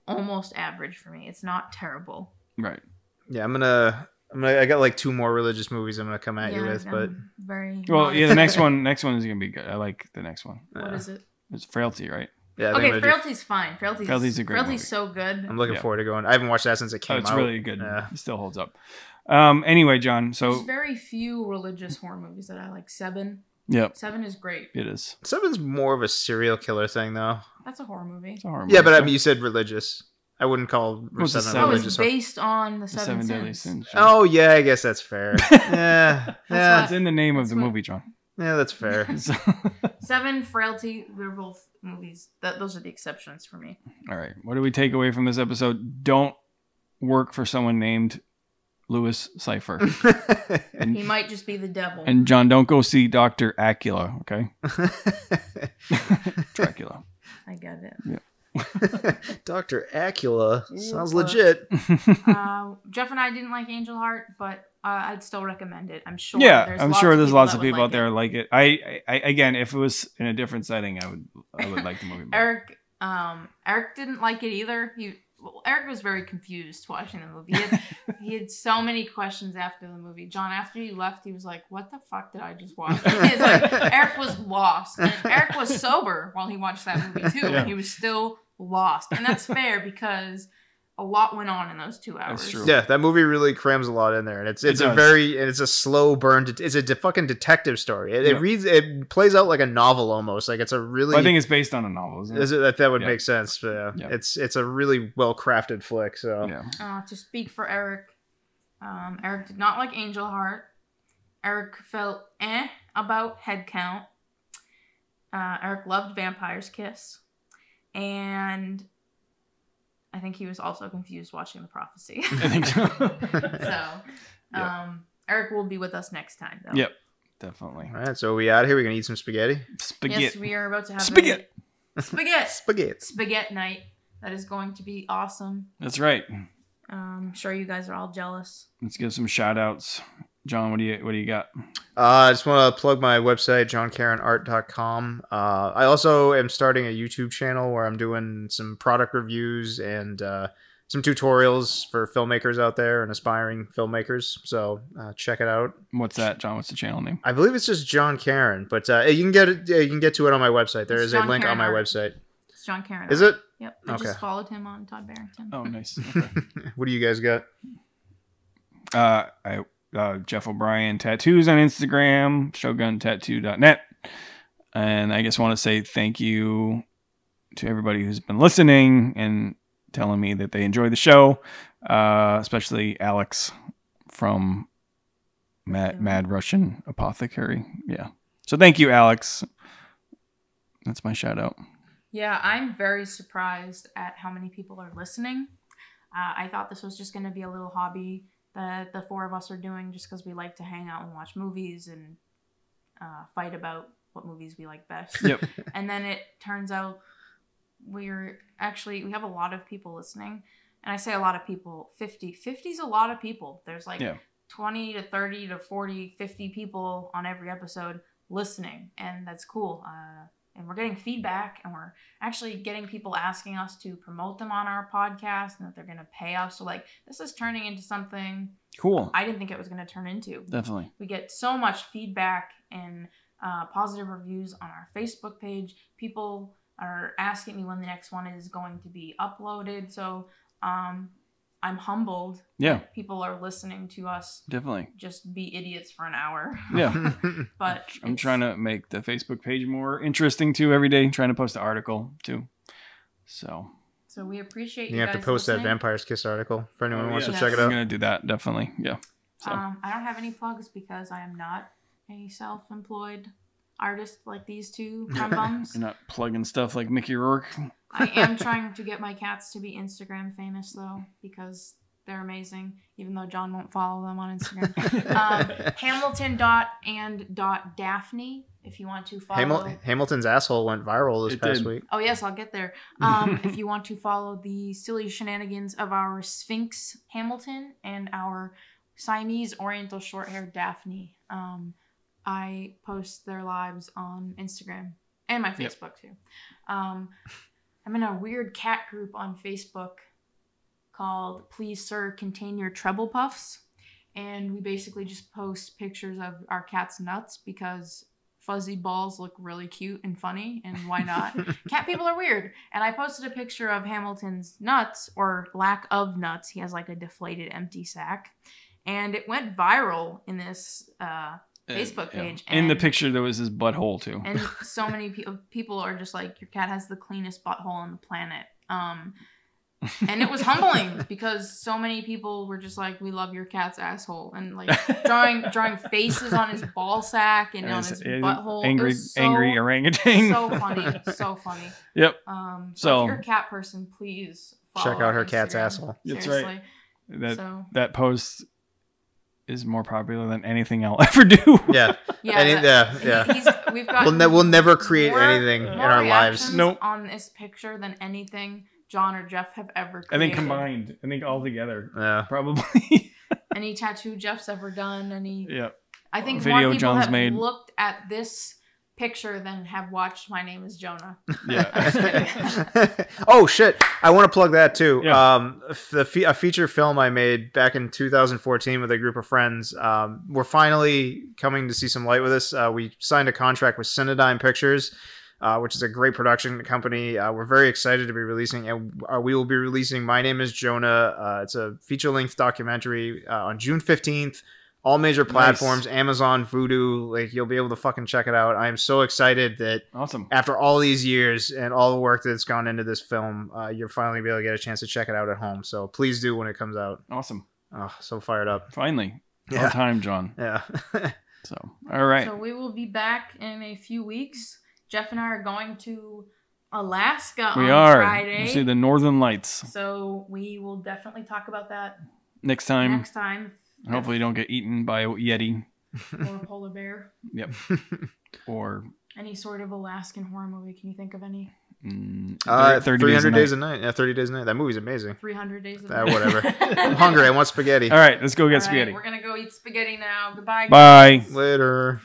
[SPEAKER 1] almost average for me. It's not terrible.
[SPEAKER 2] right.
[SPEAKER 3] yeah, I'm gonna I'm gonna I got like two more religious movies I'm gonna come at you
[SPEAKER 1] Yeah,
[SPEAKER 3] with,
[SPEAKER 1] I'm
[SPEAKER 3] but
[SPEAKER 1] very
[SPEAKER 2] Well,
[SPEAKER 1] modest.
[SPEAKER 2] yeah. The next one. Next one is gonna be good. I like the next one.
[SPEAKER 1] What
[SPEAKER 3] uh,
[SPEAKER 1] is it?
[SPEAKER 2] It's frailty, right?
[SPEAKER 3] yeah, I think I'm
[SPEAKER 1] Okay,
[SPEAKER 3] gonna do-
[SPEAKER 1] Frailty's fine. Frailty's,
[SPEAKER 2] Frailty's a great
[SPEAKER 1] Frailty's
[SPEAKER 2] movie.
[SPEAKER 1] so good.
[SPEAKER 3] I'm looking
[SPEAKER 2] Yeah.
[SPEAKER 3] forward to going. I haven't watched that since it came
[SPEAKER 2] oh, it's
[SPEAKER 3] out.
[SPEAKER 2] really good.
[SPEAKER 3] Yeah.
[SPEAKER 2] It still holds up. Um. Anyway, John.
[SPEAKER 1] There's
[SPEAKER 2] So
[SPEAKER 1] very few religious horror movies that I like. Seven.
[SPEAKER 2] yep,
[SPEAKER 1] Seven is great.
[SPEAKER 2] it is.
[SPEAKER 3] Seven's more of a serial killer thing though.
[SPEAKER 1] That's a horror movie.
[SPEAKER 2] It's a horror
[SPEAKER 3] Yeah, but I mean
[SPEAKER 2] movie.
[SPEAKER 3] you said religious. I wouldn't call
[SPEAKER 2] What's the
[SPEAKER 3] seven a
[SPEAKER 2] seven?
[SPEAKER 1] Oh, it's
[SPEAKER 3] religious. horror-
[SPEAKER 1] based on the
[SPEAKER 2] The
[SPEAKER 1] Seven,
[SPEAKER 2] Deadly
[SPEAKER 1] Sins.
[SPEAKER 2] Sins. John. *laughs*
[SPEAKER 3] Oh yeah, I guess that's fair. yeah,
[SPEAKER 1] That's
[SPEAKER 3] yeah,
[SPEAKER 2] It's in the name of
[SPEAKER 1] That's
[SPEAKER 2] the
[SPEAKER 1] what-
[SPEAKER 2] movie, John. *laughs*
[SPEAKER 3] yeah, that's *laughs* fair.
[SPEAKER 2] So-
[SPEAKER 1] Seven, Frailty, they're both movies. That those are the exceptions for me.
[SPEAKER 2] all right. What do we take away from this episode? Don't work for someone named Lewis
[SPEAKER 1] *laughs*
[SPEAKER 2] Cipher.
[SPEAKER 1] He
[SPEAKER 2] And,
[SPEAKER 1] might just be the devil.
[SPEAKER 2] and John, don't go see Doctor Acula.
[SPEAKER 3] *laughs*
[SPEAKER 2] Okay, Dracula. *laughs*
[SPEAKER 1] I get it.
[SPEAKER 3] Dr. Acula sounds
[SPEAKER 1] Acula.
[SPEAKER 3] *laughs* legit.
[SPEAKER 1] Uh, Jeff and I didn't like Angel Heart, but uh, I'd still recommend it. I'm sure.
[SPEAKER 2] yeah, I'm sure there's lots
[SPEAKER 1] that
[SPEAKER 2] of
[SPEAKER 1] would
[SPEAKER 2] people
[SPEAKER 1] like
[SPEAKER 2] out there
[SPEAKER 1] it.
[SPEAKER 2] like it. I, I, I again, if it was in a different setting, I would, I would like the movie. more.
[SPEAKER 1] Eric, um, Eric didn't like it either. He well, Eric was very confused watching the movie. He had, he had so many questions after the movie. John, after you left, he was like, "What the fuck did I just
[SPEAKER 3] *laughs*
[SPEAKER 1] watch?" He's like, Eric was lost. And Eric was sober while he watched that movie too.
[SPEAKER 2] Yeah.
[SPEAKER 1] He was still lost, and that's fair because a lot went on in those two hours.
[SPEAKER 2] That's true.
[SPEAKER 3] Yeah, that movie really crams a lot in there, and it's
[SPEAKER 2] It
[SPEAKER 3] it's a
[SPEAKER 2] does.
[SPEAKER 3] very and it's a slow burn. Det- it's a de- fucking detective story. It,
[SPEAKER 2] Yeah.
[SPEAKER 3] it reads it plays out like a novel almost. Like it's a really.
[SPEAKER 2] Well, I think it's based on a novel, isn't it?
[SPEAKER 3] is it- that that would
[SPEAKER 2] Yeah.
[SPEAKER 3] make sense. But yeah,
[SPEAKER 2] Yeah.
[SPEAKER 3] it's it's a really well crafted flick. So
[SPEAKER 2] yeah.
[SPEAKER 1] Uh, to speak for Eric, um, Eric did not like Angel Heart. Eric felt eh about Head Count. Uh, Eric loved Vampire's Kiss, and I think he was also confused watching The Prophecy.
[SPEAKER 2] *laughs*
[SPEAKER 1] *laughs*
[SPEAKER 2] I think so.
[SPEAKER 1] so,
[SPEAKER 3] *laughs*
[SPEAKER 2] Yeah.
[SPEAKER 1] um, Eric will be with us next time, though.
[SPEAKER 2] Yep. Definitely.
[SPEAKER 3] all right, so we out here. We gonna eat some spaghetti.
[SPEAKER 2] Spaghetti.
[SPEAKER 1] Yes, we are about to have
[SPEAKER 2] Spaghetti.
[SPEAKER 1] A,
[SPEAKER 3] *laughs*
[SPEAKER 1] spaghetti
[SPEAKER 3] Spaghetti.
[SPEAKER 1] spaghetti night. That is going to be awesome.
[SPEAKER 2] That's right.
[SPEAKER 1] Um, I'm sure you guys are all jealous.
[SPEAKER 2] Let's give some shout outs. John, what do you what do you got?
[SPEAKER 3] Uh, I just want to plug my website, johnkarenart.com. Uh, I also am starting a YouTube channel where I'm doing some product reviews and uh, some tutorials for filmmakers out there and aspiring filmmakers. So uh, check it out.
[SPEAKER 2] What's that, John? What's the channel name?
[SPEAKER 3] I believe it's just John Karen, but uh, you can get it, you can get to it on my website. There
[SPEAKER 1] It's
[SPEAKER 3] is
[SPEAKER 1] John
[SPEAKER 3] a link on my
[SPEAKER 1] Karen Art.
[SPEAKER 3] website.
[SPEAKER 1] It's John Karen.
[SPEAKER 3] Is it?
[SPEAKER 1] Yep. I
[SPEAKER 3] Okay.
[SPEAKER 1] just followed him on Todd Barrington.
[SPEAKER 2] Oh, nice. Okay.
[SPEAKER 3] *laughs* What do you guys got?
[SPEAKER 2] uh, I uh, Jeff O'Brien tattoos on Instagram, shoguntattoo.net. And I just want to say thank you to everybody who's been listening and telling me that they enjoy the show, uh, especially Alex from Mad,
[SPEAKER 1] Russian.
[SPEAKER 2] Mad Russian Apothecary. Yeah. So thank you, Alex. That's my shout out.
[SPEAKER 1] Yeah, I'm very surprised at how many people are listening. Uh, I thought this was just going to be a little hobby that the four of us are doing just because we like to hang out and watch movies and uh, fight about what movies we like best.
[SPEAKER 2] Yep.
[SPEAKER 1] and then it turns out we're actually, we have a lot of people listening. And I say a lot of people, 50. 50 is a lot of people. There's like
[SPEAKER 2] Yeah.
[SPEAKER 1] 20 to 30 to 40, 50 people on every episode listening. And that's cool. Uh, and we're getting feedback and we're actually getting people asking us to promote them on our podcast and that they're going to pay us. So, like, this is turning into something
[SPEAKER 2] Cool.
[SPEAKER 1] I didn't think it was going to turn into.
[SPEAKER 2] Definitely.
[SPEAKER 1] We get so much feedback and uh, positive reviews on our Facebook page. People are asking me when the next one is going to be uploaded. So, um, I'm humbled.
[SPEAKER 2] Yeah.
[SPEAKER 1] that People are listening to us
[SPEAKER 2] Definitely.
[SPEAKER 1] just be idiots for an hour. *laughs*
[SPEAKER 3] *laughs*
[SPEAKER 2] Yeah.
[SPEAKER 1] But
[SPEAKER 2] I'm trying to make the Facebook page more interesting too every day. Trying to post an article too. So
[SPEAKER 1] So we appreciate you.
[SPEAKER 3] you have to
[SPEAKER 1] guys
[SPEAKER 3] post that
[SPEAKER 1] listening.
[SPEAKER 3] Vampire's Kiss article for
[SPEAKER 2] Oh,
[SPEAKER 3] anyone who wants
[SPEAKER 1] Oh, yeah.
[SPEAKER 3] to check it
[SPEAKER 2] I'm
[SPEAKER 3] out. *laughs*
[SPEAKER 2] gonna do that definitely. Yeah. So
[SPEAKER 1] Um, I don't have any plugs because I am not a self-employed artist like these
[SPEAKER 2] *laughs*
[SPEAKER 1] two crumb bums.
[SPEAKER 2] you're not plugging stuff like Mickey Rourke. Uh,
[SPEAKER 1] I am trying to get my cats to be Instagram famous though because they're amazing. Even though John won't follow them on Instagram.
[SPEAKER 3] *laughs*
[SPEAKER 1] um, Hamilton dot and dot Daphne if you want to follow.
[SPEAKER 3] Hamil- Hamilton's asshole went viral this
[SPEAKER 2] It
[SPEAKER 3] past
[SPEAKER 2] did.
[SPEAKER 3] week.
[SPEAKER 1] Oh yes, I'll get there. Um, if you want to follow the silly shenanigans of our Sphinx Hamilton and our Siamese Oriental Shorthair Daphne, um, I post their lives on Instagram and my
[SPEAKER 2] Yep.
[SPEAKER 1] Facebook too. Um, I'm in a weird cat group on Facebook called "Please Sir, Contain Your Treble Puffs," and we basically just post pictures of our cat's nuts because fuzzy balls look really cute and funny, and why not? cat people are weird. And I posted a picture of Hamilton's nuts or lack of nuts. He has like a deflated empty sack. And it went viral in this, uh, Facebook
[SPEAKER 2] Yeah.
[SPEAKER 1] page
[SPEAKER 2] In the
[SPEAKER 1] and-
[SPEAKER 2] picture there was his butthole too. *laughs*
[SPEAKER 1] and so many pe- people are just like, your cat has the cleanest butthole on the planet. Um, and
[SPEAKER 2] *laughs*
[SPEAKER 1] it was humbling because so many people were just like, we love your cat's asshole. And like drawing
[SPEAKER 2] *laughs*
[SPEAKER 1] drawing faces on his ball sack and,
[SPEAKER 2] And
[SPEAKER 1] on
[SPEAKER 2] his-
[SPEAKER 1] his
[SPEAKER 2] his
[SPEAKER 1] butthole. It
[SPEAKER 2] Angry
[SPEAKER 1] was so-
[SPEAKER 2] angry orangutan. *laughs*
[SPEAKER 1] So funny. So funny.
[SPEAKER 2] yep.
[SPEAKER 1] Um, so,
[SPEAKER 2] So-
[SPEAKER 1] if you're a cat person, please follow
[SPEAKER 3] Check out her
[SPEAKER 1] on
[SPEAKER 3] cat's
[SPEAKER 1] Instagram.
[SPEAKER 3] asshole.
[SPEAKER 2] That's right.
[SPEAKER 1] Seriously.
[SPEAKER 2] That
[SPEAKER 1] so
[SPEAKER 3] *laughs*
[SPEAKER 2] that post is more popular than anything I'll *laughs* ever do.
[SPEAKER 3] Yeah,
[SPEAKER 1] yeah,
[SPEAKER 3] and it-
[SPEAKER 1] that-
[SPEAKER 3] yeah,
[SPEAKER 1] *laughs*
[SPEAKER 3] yeah.
[SPEAKER 1] He's, we've got
[SPEAKER 3] We'll, ne- we'll never create
[SPEAKER 1] more-
[SPEAKER 3] anything in
[SPEAKER 1] more
[SPEAKER 3] our lives.
[SPEAKER 1] reactions
[SPEAKER 2] Nope.
[SPEAKER 1] on this picture than anything John or Jeff have ever. Created.
[SPEAKER 2] I think combined. I think all together.
[SPEAKER 3] Yeah.
[SPEAKER 2] *laughs*
[SPEAKER 1] *laughs*
[SPEAKER 2] Probably.
[SPEAKER 1] Any tattoo Jeff's ever done? Any?
[SPEAKER 2] yeah.
[SPEAKER 1] I think more
[SPEAKER 2] Video
[SPEAKER 1] people
[SPEAKER 2] John's
[SPEAKER 1] have
[SPEAKER 2] made.
[SPEAKER 1] looked at this picture than have watched My Name Is Jonah. *laughs*
[SPEAKER 2] Yeah.
[SPEAKER 3] *laughs* oh shit! I want to plug that too.
[SPEAKER 2] Yeah.
[SPEAKER 3] Um, f- the fe- a feature film I made back in 2014 with a group of friends. Um, we're finally coming to see some light with this. Uh, we signed a contract with Cynodyne Pictures. uh, which is a great production company. Uh, we're very excited to be releasing, and uh, we will be releasing My Name is Jonah. Uh, it's a feature length documentary uh, on June 15th. All major platforms, Amazon, Vudu, like you'll be able to fucking check it out. I am so excited that
[SPEAKER 2] Awesome.
[SPEAKER 3] after all these years and all the work that's gone into this film, uh, you're finally be able to get a chance to check it out at home. So please do when it comes out.
[SPEAKER 2] Awesome.
[SPEAKER 3] Oh, so fired up.
[SPEAKER 2] Finally. On
[SPEAKER 3] Yeah.
[SPEAKER 2] time, John.
[SPEAKER 3] *laughs* Yeah.
[SPEAKER 2] So, all right.
[SPEAKER 1] So we will be back in a few weeks. Jeff and I are going to Alaska
[SPEAKER 2] we
[SPEAKER 1] on
[SPEAKER 2] are.
[SPEAKER 1] Friday.
[SPEAKER 2] You see the northern lights
[SPEAKER 1] so we will definitely talk about that
[SPEAKER 2] next time.
[SPEAKER 1] next time.
[SPEAKER 2] Hopefully, you don't get eaten by a yeti
[SPEAKER 1] Or a polar bear.
[SPEAKER 2] or
[SPEAKER 1] Any sort of Alaskan horror movie. Can you think of any?
[SPEAKER 2] mm,
[SPEAKER 3] uh,
[SPEAKER 2] 30
[SPEAKER 3] 300
[SPEAKER 2] a
[SPEAKER 3] days, a night. Yeah, 30 days a night. That movie's amazing.
[SPEAKER 1] 300 Days of
[SPEAKER 3] Ah,
[SPEAKER 1] Night. *laughs*
[SPEAKER 3] whatever. I'm hungry. I want spaghetti.
[SPEAKER 2] night. All right, let's go
[SPEAKER 1] All
[SPEAKER 2] get
[SPEAKER 1] right,
[SPEAKER 2] spaghetti.
[SPEAKER 1] We're going to go eat spaghetti now. Goodbye.
[SPEAKER 2] Bye.
[SPEAKER 3] Later.